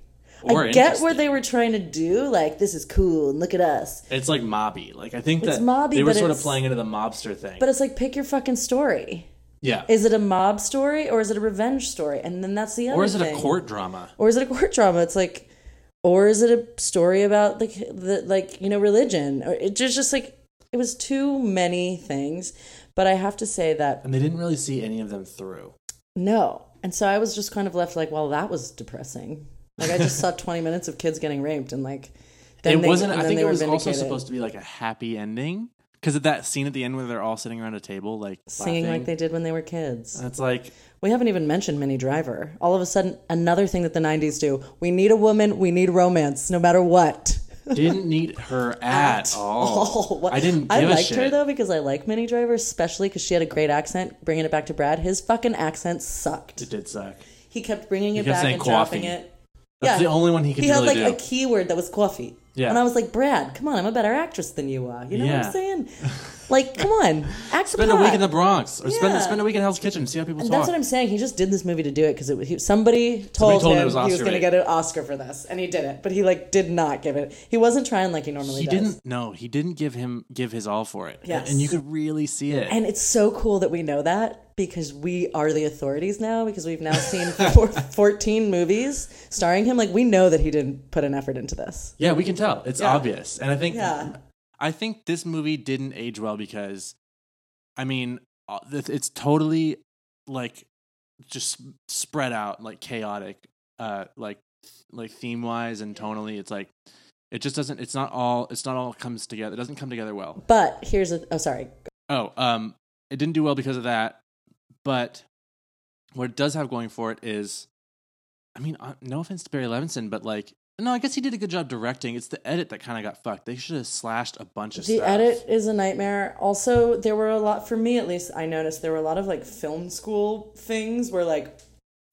A: Or
B: i get what
A: interesting.
B: they were trying to do like this is cool and look at us
A: It's like mobby. Like I think
B: It's
A: that
B: mobby,
A: they were
B: but
A: sort
B: it's-
A: of playing into the mobster thing.
B: But it's like pick your fucking story.
A: yeah.
B: Is it a mob story or is it a revenge story? And then that's the other
A: Or is it a
B: thing.
A: court drama?
B: Or is it a court drama? It's like or is it a story about like the like, you know, religion? Or it just just like it was too many things. But I have to say that
A: And they didn't really see any of them through.
B: no. And so I was just kind of left like, well, that was depressing. Like I just saw [LAUGHS] 20 minutes of kids getting raped and like then
A: it
B: they-
A: wasn't.
B: and
A: I
B: then
A: think
B: they
A: it
B: were
A: was also
B: vindicated.
A: supposed to be like a happy ending because of that scene at the end where they're all sitting around a table, like
B: singing
A: laughing.
B: like they did when they were kids.
A: It's like
B: We haven't even mentioned Minnie Driver. All of a sudden, another thing that the 90s do. We need a woman, we need romance, no matter what.
A: didn't need
B: [LAUGHS]
A: her at, all.
B: what-
A: I didn't give
B: I
A: a
B: liked
A: shit.
B: her though because I like Minnie Driver, especially because she had a great accent. Bringing it back to Brad, his fucking accent sucked.
A: It did suck.
B: He kept bringing it
A: kept
B: back
A: saying
B: and dropping
A: coffee.
B: it.
A: That's the only one he could
B: He had
A: really
B: like
A: do.
B: a keyword that was coffee.
A: Yeah.
B: And I was like, Brad, come on, I'm a better actress than you are. You know what
A: Yeah.
B: I'm saying? Like, come
A: [LAUGHS]
B: on, act
A: spend a
B: pot.
A: week in the Bronx or spend
B: Yeah.
A: spend a week in Hell's Kitchen. See how people
B: And
A: talk.
B: that's what I'm saying. He just did this movie to do it because it was, he, somebody told
A: told him
B: him
A: it was
B: he was
A: Oscar
B: going to
A: bait.
B: get an Oscar for this, and he did it. But he like did not give it. He wasn't trying like he normally
A: he
B: does.
A: didn't. No, he didn't give him give his all for it.
B: Yes.
A: and you could really see it.
B: And it's so cool that we know that because we are the authorities now because we've now seen [LAUGHS] four, 14 movies starring him. Like we know that he didn't put an effort into this.
A: Yeah, we can tell. It's obvious. And I think
B: Yeah.
A: I think this movie didn't age well because I mean, uh, th- it's totally like just spread out like chaotic uh like like theme-wise and tonally it's like it just doesn't it's not all it's not all comes together. It doesn't come together well.
B: But here's a oh sorry
A: Oh, um it didn't do well because of that, but what it does have going for it is I mean, uh, no offense to Barry Levinson, but like no, I guess he did a good job directing. It's the edit that kind of got fucked. They should have slashed a bunch of
B: the
A: stuff.
B: edit is a nightmare. Also, there were a lot for me at least. I noticed there were a lot of like film school things where like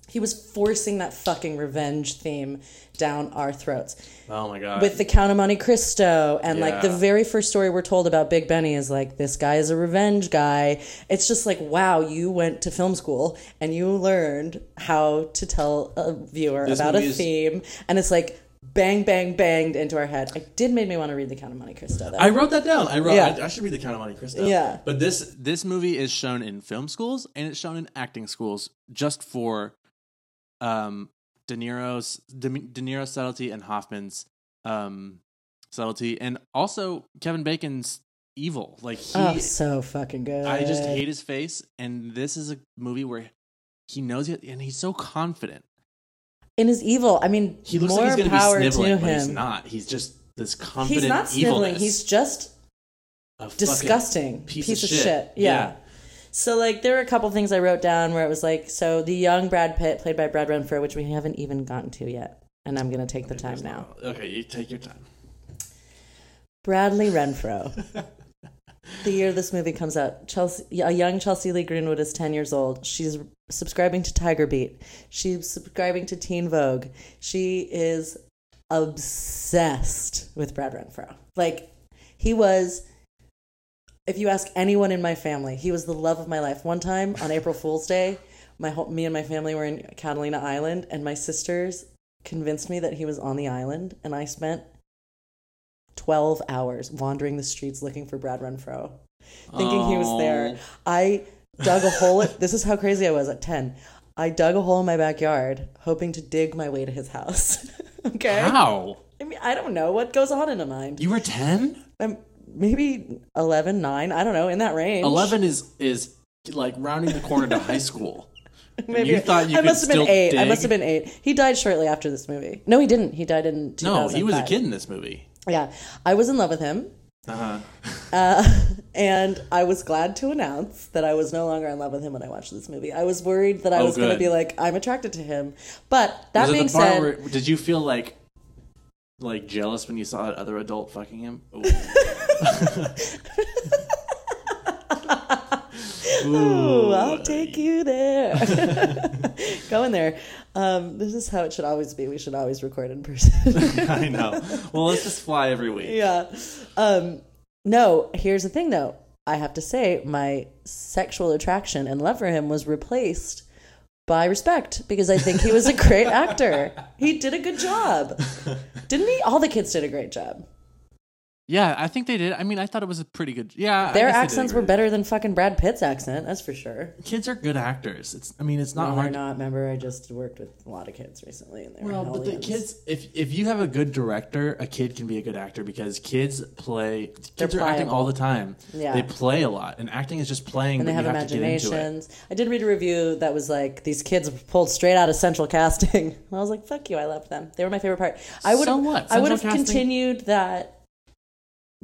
B: he was forcing that fucking revenge theme down our throats.
A: Oh my god.
B: with the Count of Monte Cristo and like the
A: Yeah.
B: very first story we're told about Big Benny is like this guy is a revenge guy. It's just like wow, you went to film school and you learned how to tell a viewer about a
A: movie is-
B: theme, and it's like bang bang banged into our head. It did make me want to read the Count of Monte Cristo though.
A: I wrote that down. I wrote.
B: Yeah.
A: I, I should read the Count of Monte Cristo.
B: Yeah.
A: But this this movie is shown in film schools and it's shown in acting schools just for, um, De Niro's De, De Niro's subtlety and Hoffman's um subtlety and also Kevin Bacon's evil. Like he,
B: oh, so fucking good.
A: I just hate his face. And this is a movie where he knows it and he's so confident.
B: in his evil. I mean,
A: He looks
B: more
A: like he's going to
B: power
A: be sniveling,
B: to
A: but
B: him.
A: he's not. He's just this confident
B: He's not sniveling.
A: evilness.
B: He's just
A: a fucking
B: disgusting
A: piece, of, shit.
B: Yeah. So like there were a couple things I wrote down where it was like so the young Brad Pitt played by Brad Renfro, which we haven't even gotten to yet, and I'm gonna take the time now.
A: Okay, you take your time.
B: Bradley Renfro the year this movie comes out, Chelsea, a young Chelsea Lee Greenwood is 10 years old. She's subscribing to Tiger Beat. She's subscribing to Teen Vogue. She is obsessed with Brad Renfro. Like, he was, if you ask anyone in my family, he was the love of my life. One time on April Fool's Day, my whole, me and my family were in Catalina Island, and my sisters convinced me that he was on the island, and I spent 12 hours wandering the streets looking for Brad Renfro, thinking he was
A: Oh.
B: there. I dug a hole. this is how crazy I was at 10. I dug a hole in my backyard, hoping to dig my way to his house. [LAUGHS] okay.
A: Oh. How?
B: I mean, I don't know what goes on in a mind.
A: You were 10?
B: I'm maybe 11, 9, I don't know, in that range.
A: 11 is is like rounding the corner to high
B: [LAUGHS]
A: school. And
B: Maybe
A: you thought you
B: I
A: could
B: must have
A: still
B: been eight. I
A: dig?
B: must have been eight. He died shortly after this movie. No, he didn't. He died in 2005.
A: No, he was a kid in this movie.
B: Yeah, I was in love with him. Uh,
A: Uh-huh.
B: [LAUGHS] and I was glad to announce that I was no longer in love with him when I watched this movie. I was worried that I
A: Oh,
B: was going to
A: good.
B: be like, I'm attracted to him. But that
A: Was it
B: being
A: the part
B: said,
A: where did you feel like like jealous when you saw that other adult fucking him?
B: [LAUGHS]
A: Ooh. [LAUGHS]
B: ooh, I'll take you there. [LAUGHS] Go in there. Um, this is how it should always be. We should always record in person.
A: I know. Well, let's just fly every week.
B: yeah. Um, no, here's the thing though. I have to say, my sexual attraction and love for him was replaced by respect because I think he
A: [LAUGHS]
B: was a great actor. He did a good job. Didn't he? All the kids did a great job.
A: Yeah, I think they did. I mean, I thought it was a pretty good. Yeah, I guess
B: Their
A: they did
B: accents
A: agree.
B: were better than fucking Brad Pitt's accent, that's for sure.
A: Kids are good actors. It's. Oh, I mean, it's not
B: No, we're
A: hard.
B: not. Remember, I just worked with a lot of kids recently, and they
A: [LAUGHS]
B: were
A: well, but the
B: hellions.
A: kids. If if you have a good director, a kid can be a good actor because kids play. Kids are acting
B: pliable.
A: all the time.
B: Yeah.
A: They play a lot, and acting is just playing.
B: and
A: but
B: they have
A: you have to get into it.
B: imaginations. I did read a review that was like these kids pulled straight out of central casting. [LAUGHS] And I was like, "Fuck you! I love them. They were my favorite part." I would
A: So what?
B: I would have
A: Central casting-
B: continued that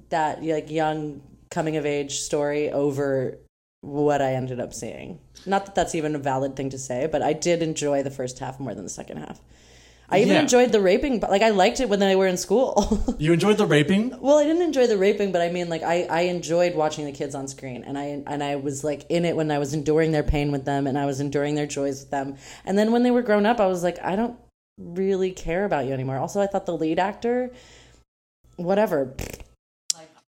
B: that like young coming of age story over what I ended up seeing. Not that that's even a valid thing to say, but I did enjoy the first half more than the second half. I even
A: Yeah.
B: enjoyed the raping, but like I liked it when they were in school. [LAUGHS]
A: You enjoyed the raping.
B: Well, I didn't enjoy the raping, but I mean, like, I, I enjoyed watching the kids on screen, and I and I was like in it when I was enduring their pain with them, and I was enduring their joys with them. And then when they were grown up, I was like, I don't really care about you anymore. Also, I thought the lead actor, whatever,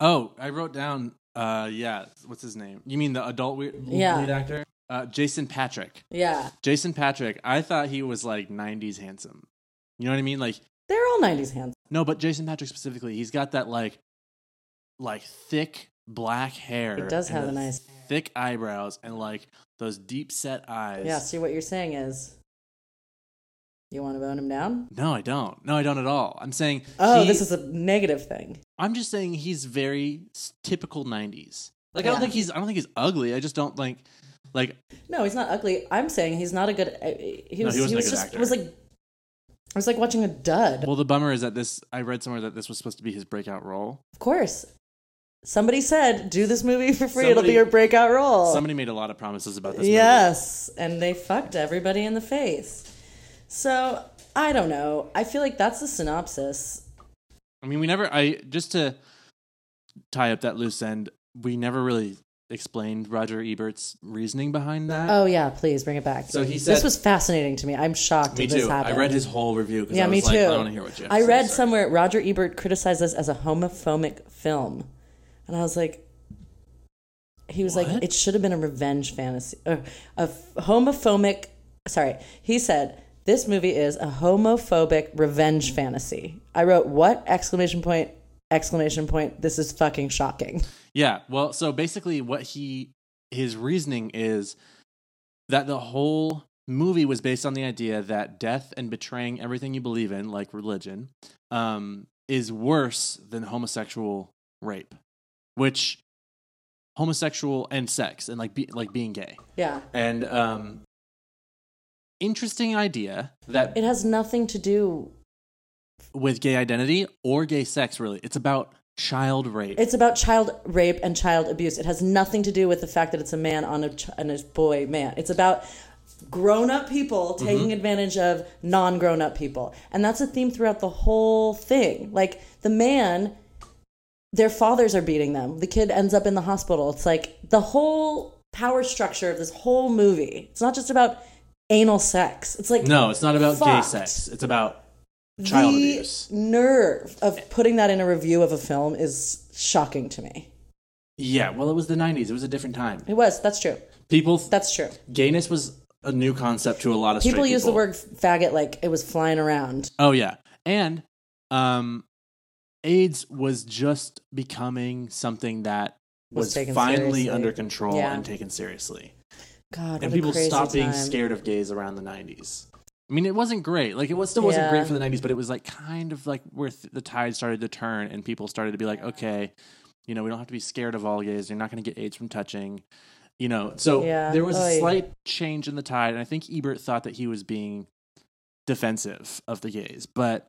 A: Oh, I wrote down. Uh, yeah. What's his name? You mean the adult we-
B: Yeah.
A: lead actor? Uh, Jason Patrick.
B: yeah,
A: Jason Patrick. I thought he was like '90s handsome. You know what I mean? Like
B: they're all '90s hands.
A: No, but Jason Patrick specifically, he's got that like, like thick black hair.
B: He does
A: and
B: have
A: the
B: a nice-
A: thick eyebrows and like those deep set eyes.
B: Yeah. See, what you're saying is, you want to bone him down?
A: No, I don't. No, I don't at all. I'm saying.
B: Oh,
A: he-
B: this is a negative thing.
A: I'm just saying he's very s- typical '90s. Like I
B: Yeah.
A: don't think he's. I don't think he's ugly. I just don't like. Like
B: No, he's not ugly. I'm saying he's not a good. I- He
A: No,
B: was.
A: he wasn't
B: he
A: a
B: was
A: good
B: just.
A: actor.
B: It was like. It was like watching a dud.
A: well, the bummer is that this. I read somewhere that this was supposed to be his breakout role.
B: Of course. Somebody said, do this movie for free. It'll be
A: Somebody-
B: your breakout role.
A: Somebody made a lot of promises about this. movie.
B: yes. And they fucked everybody in the face. So I don't know. I feel like that's the synopsis.
A: I mean, we never. I just to tie up that loose end. We never really explained Roger Ebert's reasoning behind that.
B: Oh, yeah. Please bring it back.
C: So he
B: this
C: said-
B: was fascinating to me. I'm shocked
C: Me
B: that this
C: too. I
B: happened.
C: read his whole review because
B: yeah,
C: I
B: me
C: was like,
B: too.
C: I don't want to hear what you have
B: I
C: to
B: read
C: say.
B: somewhere Roger Ebert criticized this as a homophobic film. And I was like, he was like,
A: What?
B: it should have been a revenge fantasy, uh, a f- homophobic. Sorry, he said this movie is a homophobic revenge fantasy. I wrote what exclamation point exclamation point. This is fucking shocking.
A: Yeah. Well, so basically, what he his reasoning is that the whole movie was based on the idea that death and betraying everything you believe in, like religion, um, is worse than homosexual rape, which homosexual and sex and like be, like being gay.
B: Yeah,
A: And um, interesting idea that
B: it has nothing to do.
A: with gay identity or gay sex really it's about child rape
B: It's about child rape and child abuse. It has nothing to do with the fact that it's a man on a ch- and a boy man. It's about grown up people
A: Mm-hmm.
B: taking advantage of non grown up people, and that's a theme throughout the whole thing. Like the man their fathers are beating them. The kid ends up in the hospital. It's like the whole power structure of this whole movie. It's not just about anal sex. It's like
A: No, it's not about gay
B: Fucked.
A: sex. It's about child
B: the
A: abuse.
B: nerve of putting that in a review of a film is shocking to me.
A: Yeah, well, it was the 90s. It was a different time.
B: It was. That's true.
A: People, th-
B: That's true.
A: gayness was a new concept to a lot of straight
B: People use the
A: people.
B: word faggot like it was flying around.
A: Oh yeah, and um, AIDS was just becoming something that
B: Was
A: was,
B: taken
A: finally
B: seriously.
A: under control
B: Yeah.
A: and taken seriously,
B: God,
A: and
B: what
A: people
B: a crazy
A: stopped being
B: time.
A: scared of gays around the '90s. I mean, it wasn't great. Like it was still wasn't
B: Yeah.
A: great for the '90s, but it was like kind of like where th- the tide started to turn, and people started to be like, okay, you know, we don't have to be scared of all gays. You're not going to get AIDS from touching. You know, so
B: Yeah.
A: there was a
B: Oy.
A: slight change in the tide, and I think Ebert thought that he was being defensive of the gays, but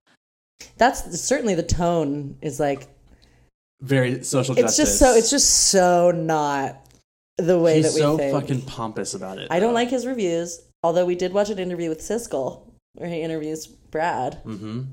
B: That's certainly the tone is like
A: very social justice.
B: it's just so it's just so not the way
A: he's
B: that we
A: so
B: think.
A: fucking pompous about it.
B: I don't
A: though.
B: like his reviews, although we did watch an interview with Siskel where he interviews Brad.
A: Mhm.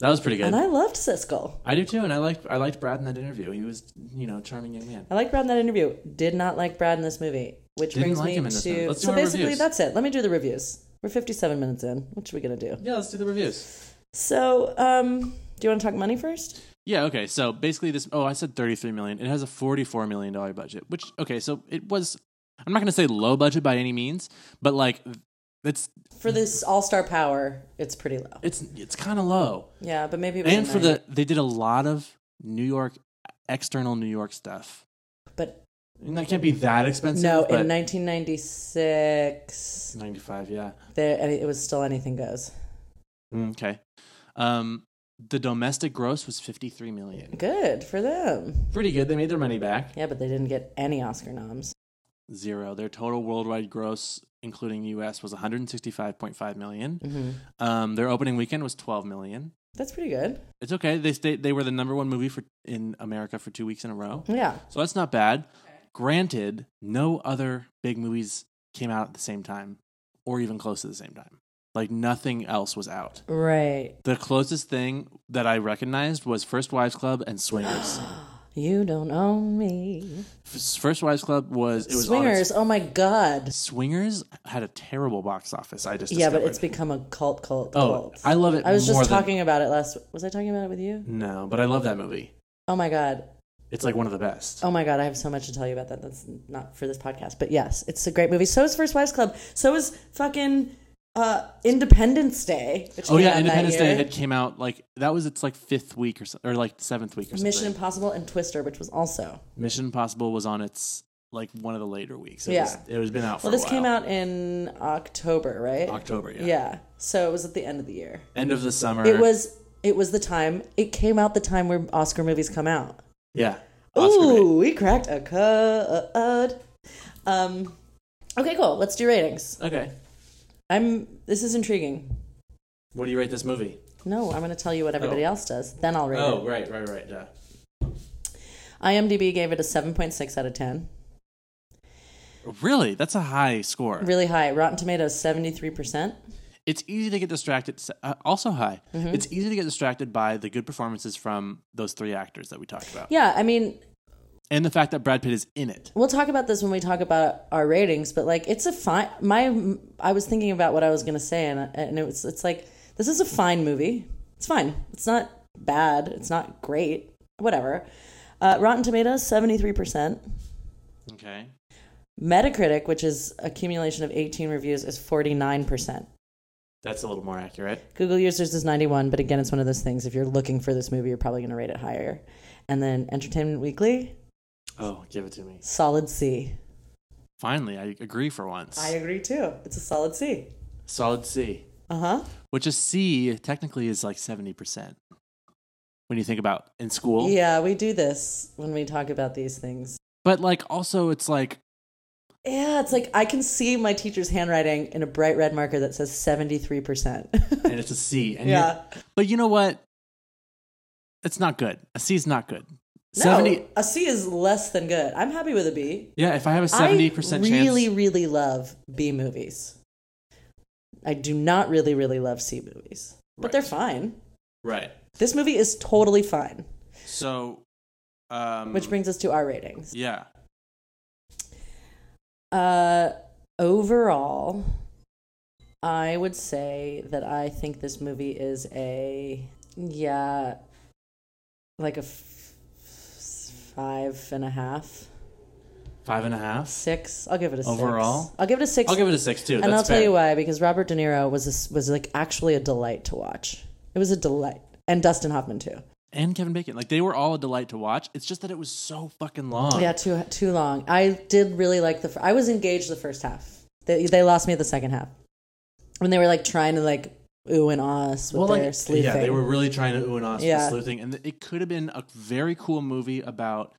A: That was pretty good.
B: And
A: I,
B: I loved Siskel.
A: do too, and I liked I liked Brad in that interview. He was you know a charming young man.
B: I liked Brad in that interview. Did not like Brad in this movie, which
A: Didn't
B: brings
A: like
B: me
A: him in this movie.
B: to
A: Let's do
B: so
A: our
B: basically
A: reviews.
B: that's it. Let me do the reviews. We're 57 minutes in. What should we gonna do?
A: Yeah, let's do the reviews.
B: So, um, do you want to talk money first?
A: Yeah, okay. So basically, this oh, I said thirty three million. It has a forty four million dollar budget, which okay, so it was. I'm not going to say low budget by any means, but like it's
B: For this All Star Power, it's pretty low.
A: it's it's kind of low.
B: Yeah, but maybe. It was
A: And
B: a
A: for
B: nine.
A: the they did a lot of New York external New York stuff.
B: but
A: And that can't be that expensive.
B: no,
A: but
B: in 1996,
A: 95, yeah.
B: there and it was still anything goes.
A: Mm, Okay. Um, the domestic gross was 53 million.
B: Good for them.
A: Pretty good. They made their money back.
B: Yeah, but they didn't get any Oscar noms.
A: Zero. Their total worldwide gross, including US, was 165.5 million.
B: hmm
A: Um, their opening weekend was 12 million.
B: That's pretty good.
A: It's okay. They stayed, they were the number one movie for in America for two weeks in a row.
B: Yeah,
A: So that's not bad. Granted, no other big movies came out at the same time or even close to the same time. Like nothing else was out.
B: right.
A: The closest thing that I recognized was First Wives Club and Swingers.
B: You don't own me.
A: F- First Wives Club was it was on its-
B: Swingers. Oh my God.
A: Swingers had a terrible box office. I just
B: Yeah, but
A: discovered.
B: it's become a cult, cult,
A: oh,
B: cult.
A: I love it.
B: I was
A: more
B: just
A: than-
B: talking about it last. Was I talking about it with you?
A: No, but I love that movie.
B: Oh my God.
A: It's like one of the best.
B: Oh my god, I have so much to tell you about that. That's not for this podcast, but yes, it's a great movie. So is First Wives Club. So is fucking uh, Independence Day. Which
A: Oh,
B: came out
A: yeah,
B: that
A: Independence Day
B: year.
A: had came out like that was its like fifth week or so, or like seventh week or something.
B: Mission Impossible and Twister, which was also
A: Mission Impossible was on its like one of the later weeks. It
B: Yeah.
A: was, it was been out for
B: well,
A: a
B: this came
A: while.
B: out in October, right?
A: October. Yeah.
B: yeah. so it was at the end of the year.
A: End of the summer.
B: It was. It was the time. It came out the time where Oscar movies come out.
A: Yeah. Oscar bait.
B: Ooh, we cracked a code. Um, okay, cool. Let's do ratings.
A: Okay.
B: I'm. This is intriguing.
A: What do you rate this movie?
B: No, I'm going to tell you what everybody
A: Oh.
B: else does. Then I'll rate
A: Oh,
B: it.
A: right, right, right. Yeah.
B: IMDb gave it a 7.6 out of 10.
A: Really, that's a high score.
B: Really high. Rotten Tomatoes, 73%.
A: It's easy to get distracted. Uh, also high. It's easy to get distracted by the good performances from those three actors that we talked about,
B: Yeah, I mean,
A: and the fact that Brad Pitt is in it.
B: we'll talk about this when we talk about our ratings, but like, it's a fine. My, I was thinking about what I was going to say, and, and it was, it's like, this is a fine movie. It's fine. It's not bad. It's not great. Whatever. Uh, Rotten Tomatoes, 73%.
A: Okay.
B: Metacritic, which is accumulation of 18 reviews, is 49%.
A: That's a little more accurate.
B: Google users is 91, but again, it's one of those things. If you're looking for this movie, you're probably going to rate it higher. And then Entertainment Weekly,
A: Oh, give it to me.
B: solid C.
A: Finally, I agree for once.
B: agree too. It's a solid C.
A: Solid C,
B: Uh huh.
A: which a C technically is like seventy percent. When you think about in school,
B: Yeah, we do this when we talk about these things.
A: but like also it's like
B: Yeah, it's like I can see my teacher's handwriting in a bright red marker that says 73%. [LAUGHS]
A: and it's a C. And you're-
B: yeah.
A: But you know what? It's not good. A C is not good.
B: No,
A: Seventy.
B: a C is less than good. I'm happy with a B.
A: Yeah, if I have a seventy percent
B: I really,
A: chance,
B: really love B movies. I do not really, really love C movies, but
A: Right.
B: they're fine.
A: right?
B: This movie is totally fine.
A: So Um,
B: Which brings us to our ratings.
A: yeah,
B: Uh, overall, I would say that I think this movie is a yeah, like a f- five and a half,
A: five and a half.
B: six. I'll give it a
A: Overall?
B: six. I'll give it a six,
A: I'll give it a six too.
B: and
A: That's
B: I'll tell
A: fair.
B: you why because Robert De Niro was this, was like actually a delight to watch. It was a delight, and Dustin Hoffman too.
A: And Kevin Bacon, like they were all a delight to watch. It's just that it was so fucking long.
B: Yeah, too too long. I did really like the. fir- I was engaged the first half. They they lost me the second half when they were like trying to like ooh and ah us with
A: Well, like,
B: their sleuthing.
A: Yeah, they were really trying to ooh and ah with
B: Yeah.
A: the sleuthing, and it could have been a very cool movie about.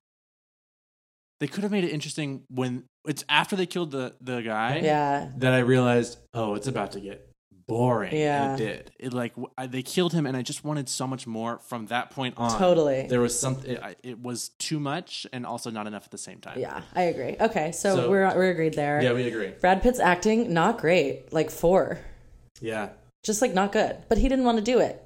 A: They could have made it interesting when it's after they killed the the guy.
B: Yeah,
A: That I realized, oh, it's about to get boring.
B: Yeah.
A: and it did. It like w I they killed him, and I just wanted so much more from that point on.
B: totally.
A: There was something. It, I- it was too much, and also not enough at the same time.
B: Yeah, I agree. Okay, so,
A: So-
B: we're we're agreed there.
A: Yeah, we agree.
B: Brad Pitt's acting not great. Like four,
A: Yeah.
B: just like not good. But he didn't want to do it.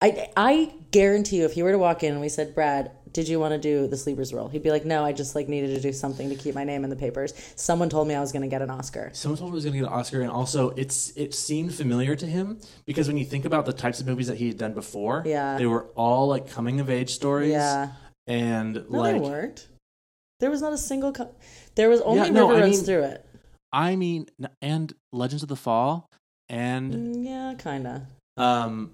B: I I guarantee you, if you were to walk in and we said, Brad. Did you want to do the sleepers role? He'd be like, "No, I just like needed to do something to keep my name in the papers. Someone told me I was going to get an Oscar."
A: Someone told me he was going to get an Oscar, and also it's it seemed familiar to him because when you think about the types of movies that he had done before,
B: Yeah.
A: they were all like coming of age stories,
B: Yeah.
A: and
B: No,
A: like
B: there weren't. There was not a single. Co- there was only
A: Yeah, no,
B: River
A: I
B: Runs
A: mean-
B: Through It.
A: I mean, n- and Legends of the Fall, and
B: Mm, yeah, kind of.
A: um,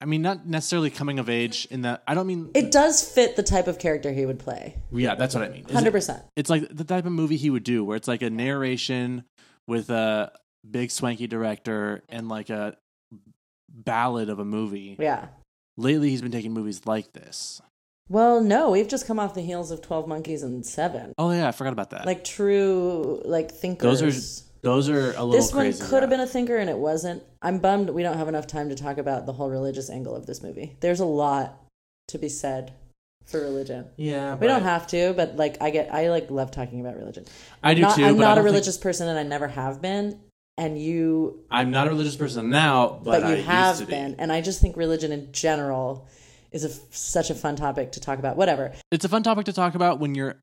A: I mean not necessarily coming of age in that I don't mean
B: It does fit the type of character he would play.
A: yeah that's what I mean Is it-
B: Hundred percent.
A: it's like the type of movie he would do where it's like a narration with a big swanky director and like a ballad of a movie.
B: Yeah.
A: Lately, he's been taking movies like this.
B: Well, no, we've just come off the heels of Twelve Monkeys and Seven.
A: Oh yeah, I forgot about that.
B: Like true, like thinkers.
A: those are a little
B: this one
A: crazy.
B: could have been a thinker, and it wasn't. I'm bummed we don't have enough time to talk about the whole religious angle of this movie. There's a lot to be said for religion.
A: yeah.
B: We don't have to, but like I get, I like love talking about religion.
A: I do
B: not,
A: too.
B: I'm
A: but I
B: not
A: don't
B: a
A: think-
B: religious person, and I never have been. And you,
A: I'm not a religious person now,
B: but,
A: but, I
B: you have
A: used to be.
B: been. And I just think religion in general is a, such a fun topic to talk about. Whatever.
A: It's a fun topic to talk about when you're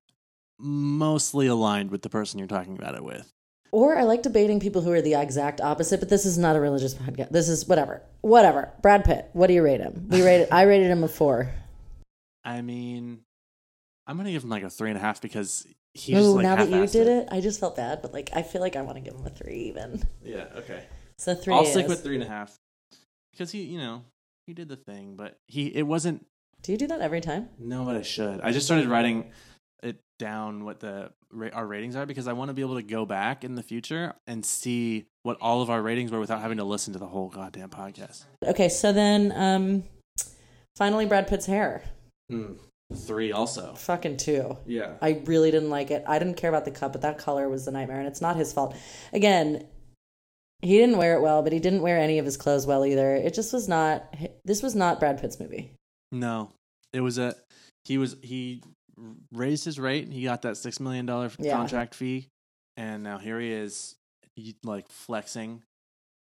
A: mostly aligned with the person you're talking about it with.
B: Or I like debating people who are the exact opposite. But this is not a religious podcast. This is whatever. Whatever. Brad Pitt. What do you rate him? We rated. I rated him
A: [LAUGHS]
B: a four.
A: I mean, I'm gonna give him like a three and a half because he just
B: Ooh,
A: like
B: now that you
A: half-assed
B: did it, I just felt bad. But like, I feel like I want to give him a three even.
A: Yeah. Okay.
B: So 3
A: I'll
B: is-
A: stick with three and a half because he, you know, he did the thing, but he it wasn't.
B: Do you do that every time?
A: No, but I should. I just started writing it down what the ra- our ratings are because I want to be able to go back in the future and see what all of our ratings were without having to listen to the whole goddamn podcast.
B: Okay. So then, um, finally, Brad Pitt's hair.
A: Hmm. Three also.
B: Fucking two.
A: Yeah.
B: I really didn't like it. I didn't care about the cup, but that color was the nightmare, and it's not his fault. Again, he didn't wear it well, but he didn't wear any of his clothes well either. It just was not. This was not Brad Pitt's movie.
A: No, it was a he was he raised his rate. He got that six million dollar
B: Yeah.
A: contract fee, and now here he is, he, like flexing.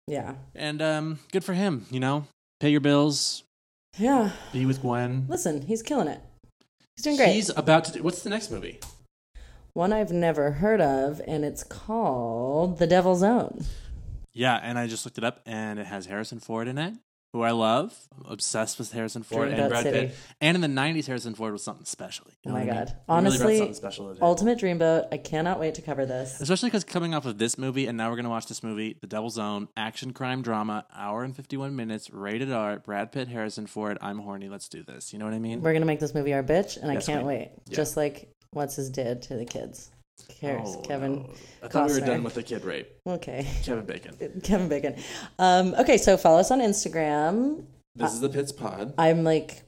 B: Yeah,
A: And um, good for him. You know, pay your bills,
B: yeah.
A: be with Gwen.
B: Listen, he's killing it. He's doing great.
A: He's about to do. What's the next movie?
B: One I've never heard of, and it's called The Devil's Own.
A: Yeah, and I just looked it up, and it has Harrison Ford in it, who I love. I'm obsessed with Harrison Ford
B: Dream
A: and
B: about
A: Brad
B: City.
A: Pitt. And in the '90s, Harrison Ford was something special. You know
B: oh my
A: what I mean?
B: god!
A: He really brought
B: Honestly,
A: something special to the table.
B: Ultimate Dreamboat. I cannot wait to cover this.
A: Especially because coming off of this movie, and now we're going to watch this movie, The Devil's Own, action crime drama, hour and 51 minutes, rated R, Brad Pitt, Harrison Ford, I'm horny, let's do this. You know what I mean?
B: We're gonna make this movie our bitch, and
A: Yes,
B: I can't
A: ma'am.
B: wait.
A: Yeah.
B: Just like what's his did to the kids. Cares,
A: Oh,
B: Kevin.
A: no. I thought we were
B: Costner. Uh,
A: done with the kid rape.
B: Okay.
A: Kevin Bacon.
B: Kevin Bacon. Um, okay, so follow us on Instagram.
A: This is the Pitts Pod.
B: I'm like,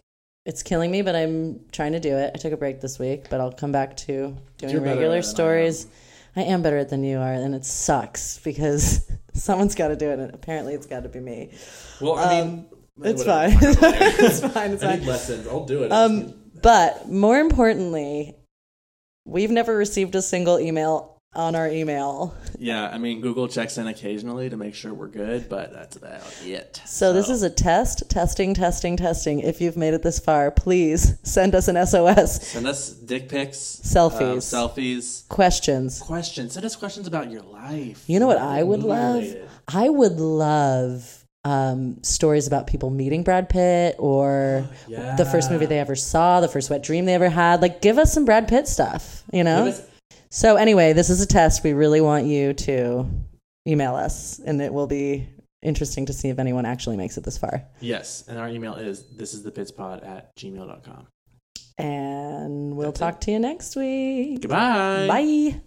B: it's killing me, but I'm trying to do it. I took a break this week, but I'll come back to doing
A: You're better
B: regular
A: at it than I
B: stories. I am better at than you are, and it sucks because [LAUGHS] someone's got to do it, and apparently it's got to be me.
A: Well, I mean,
B: Um, It's
A: whatever.
B: fine.
A: [LAUGHS]
B: [LAUGHS] it's fine. It's
A: I
B: fine.
A: need lessons. I'll do it.
B: Um, but more importantly, we've never received a single email on our email.
A: Yeah, I mean, Google checks in occasionally to make sure we're good, but that's about it.
B: So, this is a test, testing, testing, testing. If you've made it this far, please send us an SOS.
A: Send us dick pics, um,
B: Selfies.
A: selfies,
B: Questions.
A: questions. Send us questions about your life.
B: You know what I would
A: Movie
B: love?
A: related.
B: I would love um, stories about people meeting Brad Pitt or the first movie they ever saw, the first wet dream they ever had. Like, give us some Brad Pitt stuff, you know?
A: Give us-
B: so, anyway, this is a test. We really want you to email us, and it will be interesting to see if anyone actually makes it this far.
A: Yes, and our email is this is the pitspod at gmail.com.
B: And we'll
A: That's
B: talk to you next week.
A: Goodbye.
B: Bye.